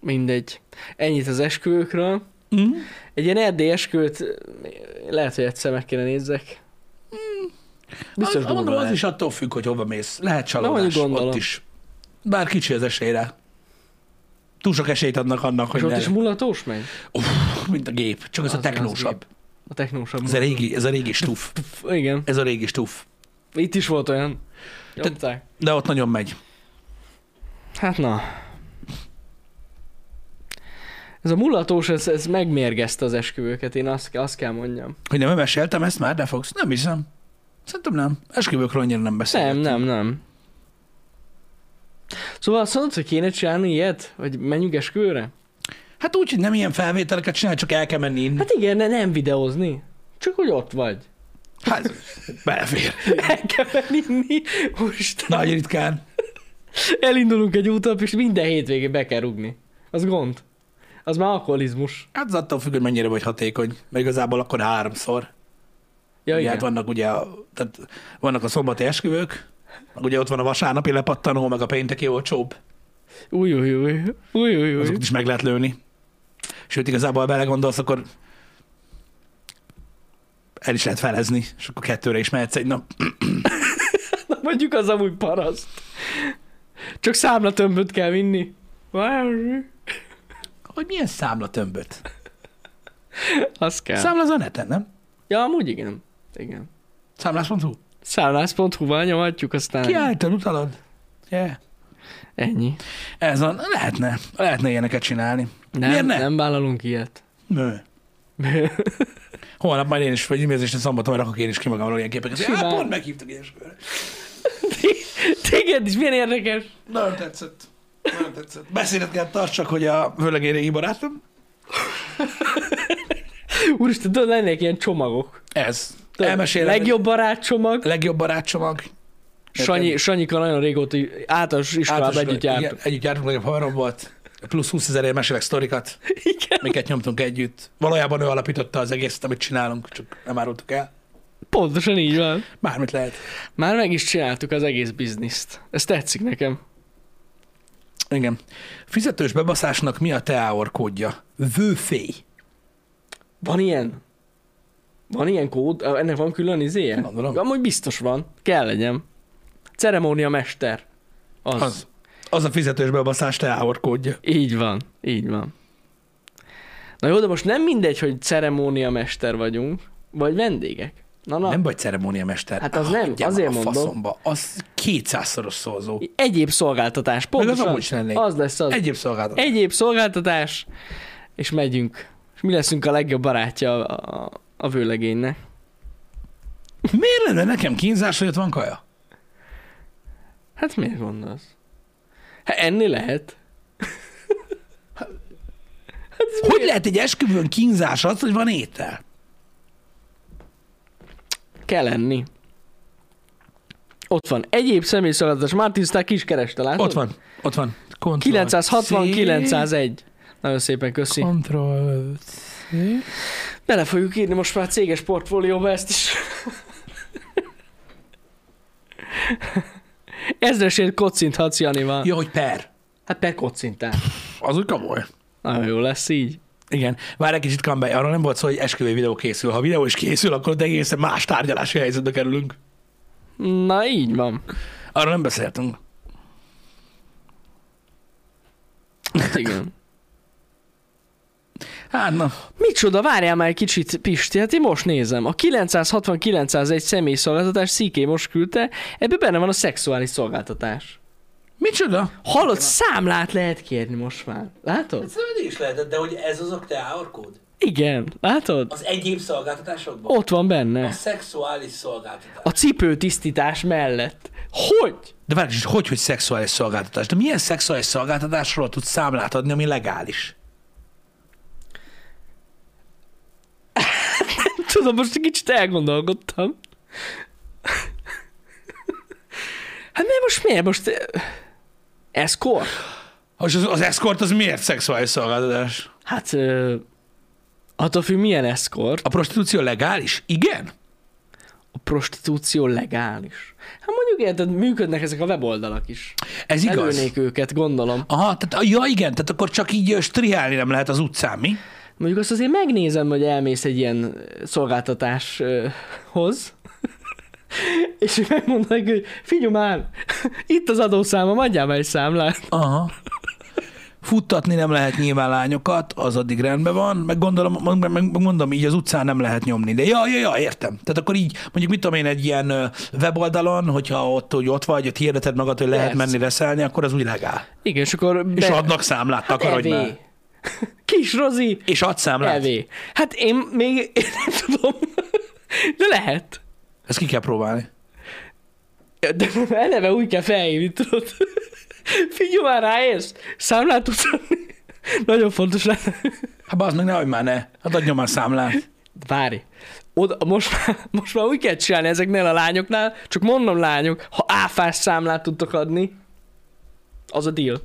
Speaker 2: Mindegy. Ennyit az esküvőkről.
Speaker 1: Mm.
Speaker 2: Egy ilyen erdély esküvőt eh, lehet, hogy egyszer meg kéne nézzek. Biztos
Speaker 1: Mhm. az, mondom,
Speaker 2: durva
Speaker 1: az
Speaker 2: lehet.
Speaker 1: is attól függ, hogy hova mész. Lehet
Speaker 2: mondjuk
Speaker 1: csalódás
Speaker 2: gondolom.
Speaker 1: ott is. Bár kicsi az esélyre. Túl sok esélyt adnak annak,
Speaker 2: És
Speaker 1: hogy
Speaker 2: ott
Speaker 1: ne,
Speaker 2: is mulatós megy?
Speaker 1: mint a gép. Csak ez a
Speaker 2: Az- az
Speaker 1: technósabb.
Speaker 2: A technósabb.
Speaker 1: Ez a régi, ez a régi stuf.
Speaker 2: Pff, Igen.
Speaker 1: Ez a régi stuf.
Speaker 2: Itt is volt olyan. Nyomták.
Speaker 1: De ott nagyon megy.
Speaker 2: Hát na. Ez a mulatós, ez, ez megmérgezte az esküvőket, én azt, azt kell mondjam.
Speaker 1: Hogy nem meséltem ezt már, de fogsz? Nem hiszem. Szerintem nem. Esküvőkről annyira nem
Speaker 2: Nem,
Speaker 1: beszélünk.
Speaker 2: nem, nem. Szóval azt mondod, hogy kéne csinálni ilyet? Hogy menjünk esküvőre?
Speaker 1: Hát úgy, hogy nem ilyen felvételeket csinál, csak el kell menni inni.
Speaker 2: Hát igen, ne, nem videózni. Csak hogy ott vagy.
Speaker 1: Hát, belefér.
Speaker 2: El kell menni inni. Most
Speaker 1: Nagy ritkán.
Speaker 2: elindulunk egy útap, és minden hétvégén be kell rugni. Az gond. Az már alkoholizmus.
Speaker 1: Hát az attól függ, hogy mennyire vagy hatékony. Mert igazából akkor háromszor.
Speaker 2: Ja,
Speaker 1: ugye,
Speaker 2: igen.
Speaker 1: hát vannak ugye, a- tehát vannak a szombati esküvők, meg ugye ott van a vasárnapi lepattanó, meg a pénteki olcsóbb.
Speaker 2: Új, új, új. Új, új, új.
Speaker 1: Azokat is meg lehet lőni. Sőt, igazából ha belegondolsz, akkor el is lehet felezni, és akkor kettőre is mehetsz egy nap.
Speaker 2: Na, mondjuk az amúgy paraszt. Csak számlatömböt kell vinni.
Speaker 1: Hogy milyen számlatömböt?
Speaker 2: Az kell. Szám...
Speaker 1: Számlázol neten, nem?
Speaker 2: Ja, amúgy igen. Igen.
Speaker 1: Számlás.hu?
Speaker 2: Számlász.hu-val nyomatjuk, aztán
Speaker 1: Kiállítod, utalod? Yeah.
Speaker 2: ennyi.
Speaker 1: Ez van. Lehetne. Lehetne ilyeneket csinálni.
Speaker 2: Nem,
Speaker 1: Miért ne?
Speaker 2: nem vállalunk ilyet.
Speaker 1: Nő. Holnap majd én is, vagy imélzésre szombaton, mert rakok én is ki magamról ilyen képeket.
Speaker 2: Simán.
Speaker 1: Hát pont meghívtak ilyesmire.
Speaker 2: Téged is milyen érdekes.
Speaker 1: Nagyon tetszett. Nagyon tetszett. Beszédet kell tartsak, hogy a főleg én régi barátom.
Speaker 2: Úristen, tudod, lennék ilyen csomagok.
Speaker 1: Ez.
Speaker 2: Tudod,
Speaker 1: Elmesélem. Legjobb,
Speaker 2: Legjobb barát csomag.
Speaker 1: legjobb barátcsomag.
Speaker 2: Sanyi, Sanyika nagyon régóta általános iskolában
Speaker 1: Általános-
Speaker 2: együtt jártunk.
Speaker 1: Igen, együtt jártunk, legjobb haverom volt. Plusz 20 ezerért mesélek sztorikat,
Speaker 2: Igen.
Speaker 1: amiket nyomtunk együtt. Valójában ő alapította az egészet, amit csinálunk, csak nem árultuk el.
Speaker 2: Pontosan így van.
Speaker 1: Bármit lehet.
Speaker 2: Már meg is csináltuk az egész bizniszt. Ez tetszik nekem.
Speaker 1: Igen. Fizetős bebaszásnak mi a teáor kódja? Vőfély.
Speaker 2: Van ilyen? Van ilyen kód? Ö, Ennek van külön izéje?
Speaker 1: Gondolom.
Speaker 2: Amúgy biztos van. Kell legyen. Ceremónia mester. Az.
Speaker 1: Az. Az a fizetős bebaszás teáor kódja.
Speaker 2: Így van. Így van. Na jó, de most nem mindegy, hogy ceremónia mester vagyunk, vagy vendégek. Na, na.
Speaker 1: Nem vagy ceremóniamester.
Speaker 2: Hát az nem,
Speaker 1: Hagyjál
Speaker 2: azért
Speaker 1: már a
Speaker 2: mondom.
Speaker 1: Faszomba. Az kétszázszoros szózó.
Speaker 2: Egyéb szolgáltatás.
Speaker 1: Meg az
Speaker 2: Pontosan.
Speaker 1: amúgy is lennék.
Speaker 2: az lesz az.
Speaker 1: Egyéb szolgáltatás.
Speaker 2: Egyéb szolgáltatás, és megyünk. És mi leszünk a legjobb barátja a, a, a vőlegénynek.
Speaker 1: Miért lenne nekem kínzás, hogy ott van kaja?
Speaker 2: Hát miért gondolsz? Hát enni lehet. Hát
Speaker 1: Hogy lehet egy esküvőn kínzás az, hogy van étel?
Speaker 2: Kell enni. Ott van. Egyéb személyszolgáltatás. Martin Starr kiskereste, látod?
Speaker 1: Ott van, ott van. Control
Speaker 2: 960,
Speaker 1: C,
Speaker 2: 901. Nagyon szépen köszi.
Speaker 1: Control C.
Speaker 2: Bele fogjuk írni most már a céges portfólióba ezt is. Ezresért kocinthatsz Janival.
Speaker 1: Ja, hogy per.
Speaker 2: Hát per kocintál.
Speaker 1: Az úgy komoly.
Speaker 2: Nagyon jó lesz így.
Speaker 1: Igen. Várj egy kicsit, Kambej, arról nem volt szó, hogy esküvői videó készül. Ha videó is készül, akkor ott egészen más tárgyalási helyzetbe kerülünk.
Speaker 2: Na így van.
Speaker 1: Arról nem beszéltünk.
Speaker 2: Hát igen.
Speaker 1: Hát na,
Speaker 2: Micsoda, várjál már egy kicsit, Pisti, hát én most nézem. A 960-901 személyszolgáltatás Sziké most küldte, ebben benne van a szexuális szolgáltatás.
Speaker 1: micsoda?
Speaker 2: Hallott, számlát lehet kérni most már. Látod?
Speaker 3: Szerintem is lehetett, de hogy ez az oktál kód?
Speaker 2: Igen, látod?
Speaker 3: Az egyéb szolgáltatásokban?
Speaker 2: Ott van benne.
Speaker 3: A szexuális szolgáltatás.
Speaker 2: A cipő tisztítás mellett. Hogy?
Speaker 1: De várj, és hogy, hogy szexuális szolgáltatás? De milyen szexuális szolgáltatásról tudsz számlát adni, ami legális?
Speaker 2: Tudom, most egy kicsit elgondolkodtam. Hát mert most miért? Most... eh, Ez kor?
Speaker 1: És az, az escort az miért szexuális szolgáltatás?
Speaker 2: Hát... ö, Attól függ, milyen eszkort.
Speaker 1: A prostitúció legális? Igen?
Speaker 2: A prostitúció legális. Hát mondjuk érted, működnek ezek a weboldalak is.
Speaker 1: Ez igaz.
Speaker 2: Előnék őket, gondolom.
Speaker 1: Aha, tehát, ja igen, tehát akkor csak így ö, strihálni nem lehet az utcán, mi?
Speaker 2: Mondjuk azt azért megnézem, hogy elmész egy ilyen szolgáltatáshoz, és megmondom hogy figyelj már, itt az adószámom, adjál már egy számlát.
Speaker 1: Aha. Futtatni nem lehet nyilván lányokat, az addig rendben van, meg gondolom, meg- meg- meg mondom, így az utcán nem lehet nyomni. De ja, ja, ja, értem. Tehát akkor így, mondjuk mit tudom én, egy ilyen ö, weboldalon, hogyha ott, hogy ott vagy, ott hirdeted magad, hogy lehet
Speaker 2: Persze.
Speaker 1: menni reszelni, akkor az úgy legál.
Speaker 2: Igen, és akkor... Be...
Speaker 1: És adnak számlát, hát takarodj
Speaker 2: evé.
Speaker 1: már.
Speaker 2: Kis Rozi,
Speaker 1: És ad számlát.
Speaker 2: evé. Hát én még én nem tudom, de lehet.
Speaker 1: Ezt ki kell próbálni.
Speaker 2: De eleve úgy kell felhívni, tudod. Figyelj már, ráérsz, számlát tudsz adni. Nagyon fontos lenne.
Speaker 1: Hát bazd meg, nehogy már ne. Hát adjon már számlát.
Speaker 2: Várj, oda, most, már, most már úgy kell csinálni ezeknél a lányoknál, csak mondom lányok, ha áfás számlát tudtok adni, az a deal.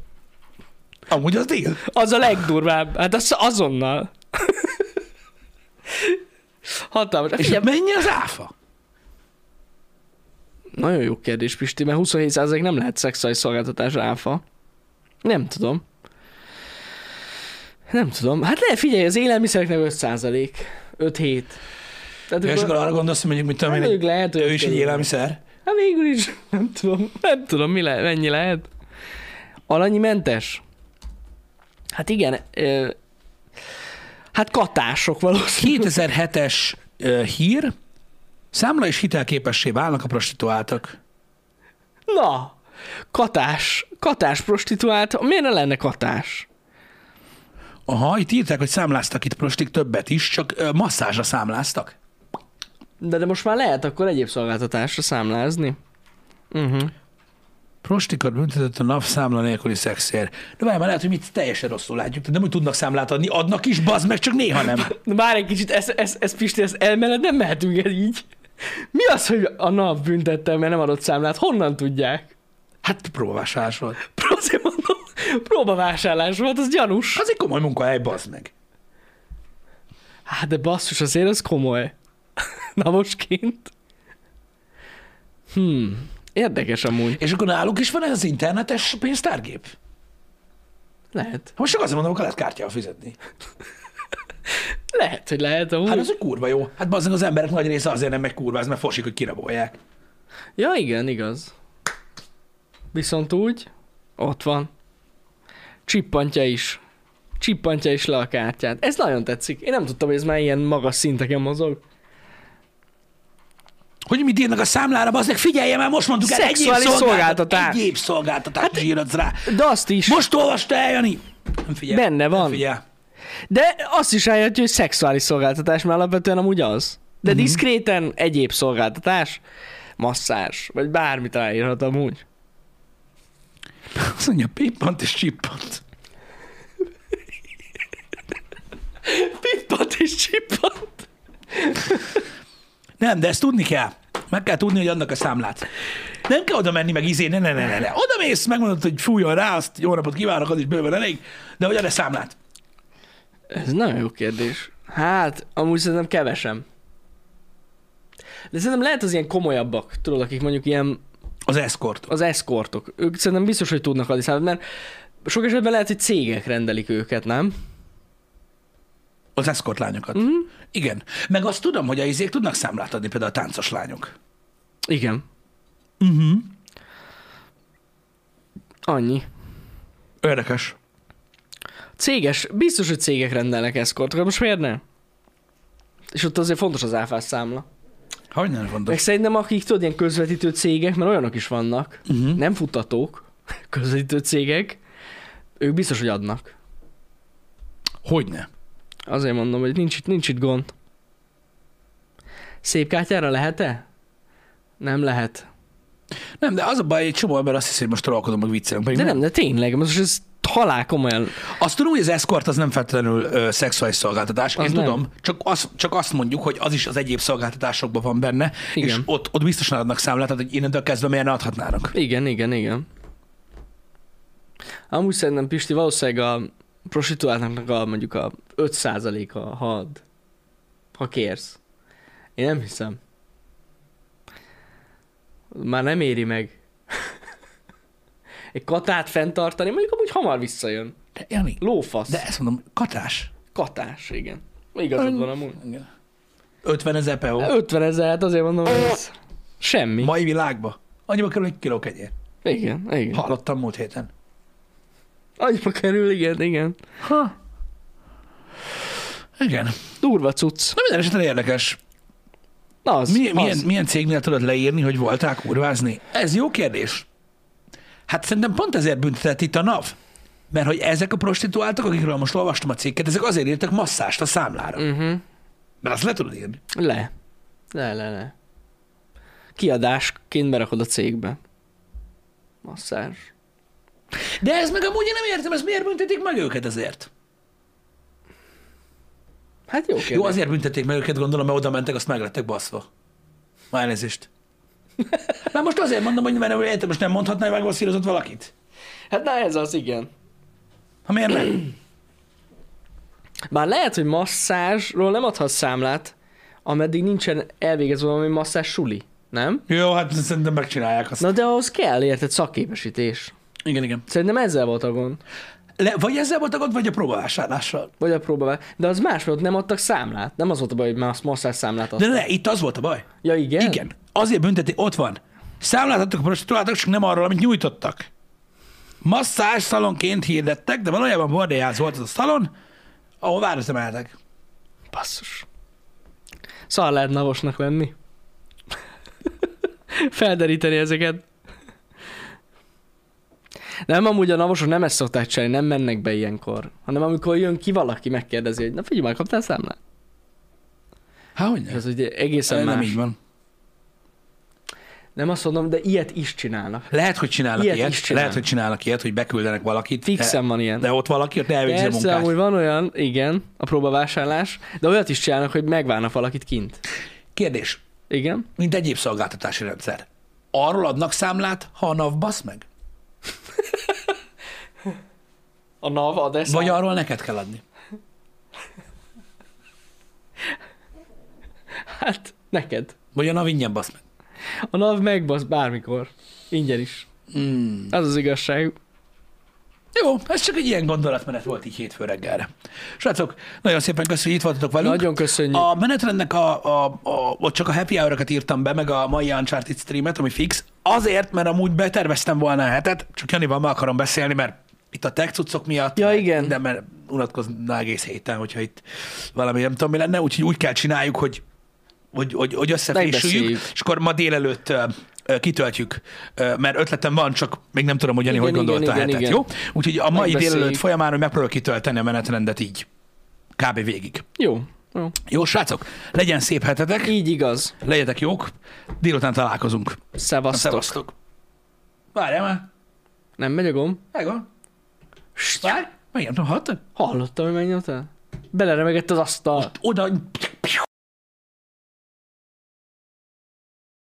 Speaker 1: Amúgy az deal.
Speaker 2: Az a legdurvább, hát az azonnal. Hatalmas. Hát
Speaker 1: És
Speaker 2: Figyelj,
Speaker 1: mennyi az áfa?
Speaker 2: Nagyon jó kérdés, Pisti, mert 27% nem lehet szexuális szolgáltatás áfa. Nem tudom. Nem tudom. Hát lehet, figyelj, az élelmiszereknek 5%. 5-7. Tehát
Speaker 1: Ja, és akkor arra gondolsz, hogy mondjuk, mit tudom
Speaker 2: Hát
Speaker 1: én,
Speaker 2: mondjuk
Speaker 1: egy-
Speaker 2: lehet, hogy
Speaker 1: ő is egy
Speaker 2: körülbelül.
Speaker 1: élelmiszer.
Speaker 2: Hát végül is, nem tudom, nem tudom, mi le, mennyi lehet. Alanyi mentes? Hát igen, ö, hát katások valószínűleg.
Speaker 1: 2007-es ö, hír, számla és hitelképessé válnak a prostituáltak.
Speaker 2: Na, katás, katás prostituált, miért ne lenne katás?
Speaker 1: Aha, itt írták, hogy számláztak itt prostik többet is, csak ö, masszázsra számláztak.
Speaker 2: De, de most már lehet akkor egyéb szolgáltatásra számlázni. Uh-huh.
Speaker 1: Prostikat büntetett a NAV számla nélküli szexér. De várj, már lehet, hogy mit teljesen rosszul látjuk, tehát nem úgy tudnak számlát adni, adnak is, bazd meg, csak néha nem.
Speaker 2: Na bár egy kicsit, ez, ez, ez Pisti, ez elmered, nem mehetünk el így. Mi az, hogy a NAV büntette, mert nem adott számlát? Honnan tudják?
Speaker 1: Hát próbavásárlás volt.
Speaker 2: Azért mondom, próbavásárlás volt, az gyanús.
Speaker 1: Az egy komoly munkahely, bazd meg.
Speaker 2: Hát de basszus, azért az komoly. Na most kint. Hmm, érdekes amúgy.
Speaker 1: És akkor náluk is van ez az internetes pénztárgép?
Speaker 2: Lehet.
Speaker 1: Hát Most csak azért mondom, akkor lehet kártyával fizetni.
Speaker 2: Lehet, hogy lehet amúgy.
Speaker 1: Hát az, hogy kurva jó. Hát bazd meg az emberek nagy része azért nem megy kurváz, mert fosik, hogy kirabolják.
Speaker 2: Ja, igen, igaz. Viszont úgy, ott van. Csippantja is. Csippantja is le a kártyát. Ez nagyon tetszik. Én nem tudtam, hogy ez már ilyen magas szinteken mozog.
Speaker 1: Hogy mit írnak a számlára, bazdnek, figyelje már, most mondtuk el, egyéb
Speaker 2: Szexuális szolgáltatás.
Speaker 1: Egyéb szolgáltatás hát, íratsz rá.
Speaker 2: De azt is.
Speaker 1: Most olvasta el, Jani? Nem figyel.
Speaker 2: Benne van.
Speaker 1: Nem figyel.
Speaker 2: De azt is állítja, hogy szexuális szolgáltatás, mert alapvetően amúgy az. De mm-hmm. diszkréten egyéb szolgáltatás, masszázs, vagy bármit ráírhat amúgy.
Speaker 1: Azt mondja, pippant és csippant.
Speaker 2: is csippant.
Speaker 1: Nem, de ezt tudni kell. Meg kell tudni, hogy annak a számlát. Nem kell oda menni, meg izé, ne, ne, ne, ne, ne. Oda mész, megmondod, hogy fújjon rá, azt jó napot kívánok, az is bőven elég, de hogy ad-e számlát?
Speaker 2: Ez nagyon jó kérdés. Hát, amúgy szerintem kevesem. De szerintem lehet az ilyen komolyabbak, tudod, akik mondjuk ilyen
Speaker 1: Az eszkort.
Speaker 2: az eszkortok. Ők szerintem biztos, hogy tudnak adni számot, mert sok esetben lehet, hogy cégek rendelik őket, nem?
Speaker 1: Az eszkort lányokat.
Speaker 2: Mhm.
Speaker 1: Mm-hmm. Igen. Meg azt tudom, hogy a izék tudnak számlát adni, például a táncos lányok.
Speaker 2: Igen. Mhm.
Speaker 1: Uh-huh.
Speaker 2: Annyi.
Speaker 1: Érdekes.
Speaker 2: Céges, biztos, hogy cégek rendelnek eszkortokat, most miért ne? És ott azért fontos az áfás számla.
Speaker 1: Hogy nem fontos.
Speaker 2: Meg szerintem akik tudod, ilyen közvetítő cégek, mert olyanok is vannak,
Speaker 1: Uh-huh.
Speaker 2: nem futtatók, közvetítő cégek, ők biztos, hogy adnak.
Speaker 1: Hogyne.
Speaker 2: Azért mondom, hogy nincs itt, nincs itt gond. Szép kártyára lehet-e? Nem lehet.
Speaker 1: Nem, de az a baj, egy csomó ember azt hiszi, hogy most trollkodom, meg viccelünk. Pedig
Speaker 2: De nem, de tényleg, most ez halál komolyan.
Speaker 1: Azt tudom, hogy az eszkort az nem feltétlenül ö, szexuális szolgáltatás,
Speaker 2: Az
Speaker 1: én
Speaker 2: nem.
Speaker 1: tudom, csak, az, csak azt mondjuk, hogy az is az egyéb szolgáltatásokban van benne, Igen. és
Speaker 2: Igen.
Speaker 1: ott, ott biztosan adnak számlát, tehát hogy innentől kezdve miért ne adhatnának.
Speaker 2: Igen, igen, igen. Amúgy szerintem Pisti valószínűleg a prostituáltaknak a mondjuk a 5%-a had, ha kérsz. Én nem hiszem. Már nem éri meg. Egy katát fenntartani, mondjuk amúgy hamar visszajön.
Speaker 1: De, Jani,
Speaker 2: Lófasz.
Speaker 1: de ezt mondom, katás.
Speaker 2: Katás, igen. Igazad van amúgy.
Speaker 1: 50 ezer PO.
Speaker 2: 50 ezer, hát azért mondom, hogy ez semmi.
Speaker 1: Mai világba. Annyiba kerül egy kiló kenyér.
Speaker 2: Igen, igen.
Speaker 1: Hallottam múlt héten.
Speaker 2: Annyiba kerül, igen, igen.
Speaker 1: Ha. Igen.
Speaker 2: Durva cucc.
Speaker 1: Na minden esetre érdekes.
Speaker 2: Na az,
Speaker 1: Milyen,
Speaker 2: az.
Speaker 1: milyen, milyen cégnél tudod leírni, hogy voltál kurvázni? Ez jó kérdés. Hát szerintem pont ezért büntetett itt a NAV. Mert hogy ezek a prostituáltak, akikről most olvastam a cikket, ezek azért írtak masszást a számlára.
Speaker 2: Uh-huh.
Speaker 1: Mert azt le tudod írni.
Speaker 2: Le. Le, le, le. Kiadásként berakod a cégbe. Masszázs.
Speaker 1: De ez meg amúgy én nem értem, ez miért büntetik meg őket ezért?
Speaker 2: Hát jó kérdés.
Speaker 1: Jó, azért büntették meg őket, gondolom, mert oda mentek, azt meg lettek baszva. Már elnézést. Már most azért mondom, hogy mert értem, most nem mondhatná, hogy megvasszírozott valakit.
Speaker 2: Hát na ez az, igen.
Speaker 1: Ha miért nem?
Speaker 2: Bár lehet, hogy masszázsról nem adhatsz számlát, ameddig nincsen elvégezve valami masszázs suli, nem?
Speaker 1: Jó, hát szerintem megcsinálják azt.
Speaker 2: Na de ahhoz kell, érted, szakképesítés.
Speaker 1: Igen, igen.
Speaker 2: Szerintem ezzel volt a gond.
Speaker 1: Le, vagy ezzel voltak ott, vagy a próbavásárlással.
Speaker 2: Vagy a próbavá. De az más, mert ott nem adtak számlát. Nem az volt a baj, hogy más masszázs számlát
Speaker 1: De
Speaker 2: adtak.
Speaker 1: ne, itt az volt a baj.
Speaker 2: Ja, igen?
Speaker 1: Igen. Azért bünteti, ott van. Számlát adtak a prostituáltak, csak nem arról, amit nyújtottak. Masszázs szalonként hirdettek, de valójában bordélyház volt az a szalon, ahol városemeltek.
Speaker 2: Basszus. Szar lehet navosnak lenni. Felderíteni ezeket. Nem, amúgy a navosok nem ezt szokták csinálni, nem mennek be ilyenkor. Hanem amikor jön ki valaki, megkérdezi, hogy na figyelj már, kaptál számlát?
Speaker 1: Hát hogy
Speaker 2: És Ez ugye egészen
Speaker 1: Nem
Speaker 2: más.
Speaker 1: így van.
Speaker 2: nem azt mondom, de ilyet is csinálnak.
Speaker 1: Lehet, hogy csinálnak
Speaker 2: Ilyet
Speaker 1: ilyet,
Speaker 2: is
Speaker 1: ilyet
Speaker 2: csinál.
Speaker 1: lehet, hogy csinálnak ilyet, hogy beküldenek valakit.
Speaker 2: Fixen van
Speaker 1: De,
Speaker 2: ilyen.
Speaker 1: de ott valaki, ott elvégzi a
Speaker 2: Persze,
Speaker 1: munkát.
Speaker 2: amúgy van olyan, igen, a próbavásárlás, de olyat is csinálnak, hogy megvárnak valakit kint.
Speaker 1: Kérdés,
Speaker 2: Igen?
Speaker 1: mint egyéb szolgáltatási rendszer. Arról adnak számlát, ha a NAV basz meg?
Speaker 2: A NAV ad ezt.
Speaker 1: Vagy arról neked kell adni?
Speaker 2: Hát, neked.
Speaker 1: Vagy a NAV ingyen basz meg?
Speaker 2: A NAV megbasz bármikor. Ingyen is.
Speaker 1: Mm.
Speaker 2: Az az igazság.
Speaker 1: Jó, ez csak egy ilyen gondolatmenet volt így hétfő reggelre. Srácok, nagyon szépen köszönjük, hogy itt voltatok velünk.
Speaker 2: Nagyon köszönjük.
Speaker 1: A menetrendnek a, a, a, ott csak a happy hour írtam be, meg a mai Uncharted streamet, ami fix, azért, mert amúgy beterveztem volna a hetet, csak Janival meg akarom beszélni, mert itt a tech cuccok miatt,
Speaker 2: Ja, igen.
Speaker 1: de mert unatkozná egész héten, hogyha itt valami nem tudom mi lenne, úgyhogy úgy kell csináljuk, hogy hogy, hogy, hogy összefésüljük,
Speaker 2: Megbeszéljük.
Speaker 1: és akkor ma délelőtt ö, ö, kitöltjük, ö, mert ötletem van, csak még nem tudom, hogy Jani
Speaker 2: Igen,
Speaker 1: hogy gondolta
Speaker 2: igen,
Speaker 1: a
Speaker 2: igen,
Speaker 1: hetet,
Speaker 2: igen.
Speaker 1: jó? Úgyhogy a mai
Speaker 2: Megbeszéljük.
Speaker 1: délelőtt folyamán, hogy megpróbálok kitölteni a menetrendet így, kb. végig.
Speaker 2: Jó. Jó.
Speaker 1: Jó, srácok, legyen szép hetetek,
Speaker 2: Így igaz.
Speaker 1: legyetek jók, délután találkozunk.
Speaker 2: Szevasztok.
Speaker 1: Szevasztok. Várjál már,
Speaker 2: Nem megy a gomb?
Speaker 1: megvan. Várj, meg nem tudom, hallottad?
Speaker 2: Hallottam, hogy megnyomtál? beleremegett az asztal.
Speaker 1: Oda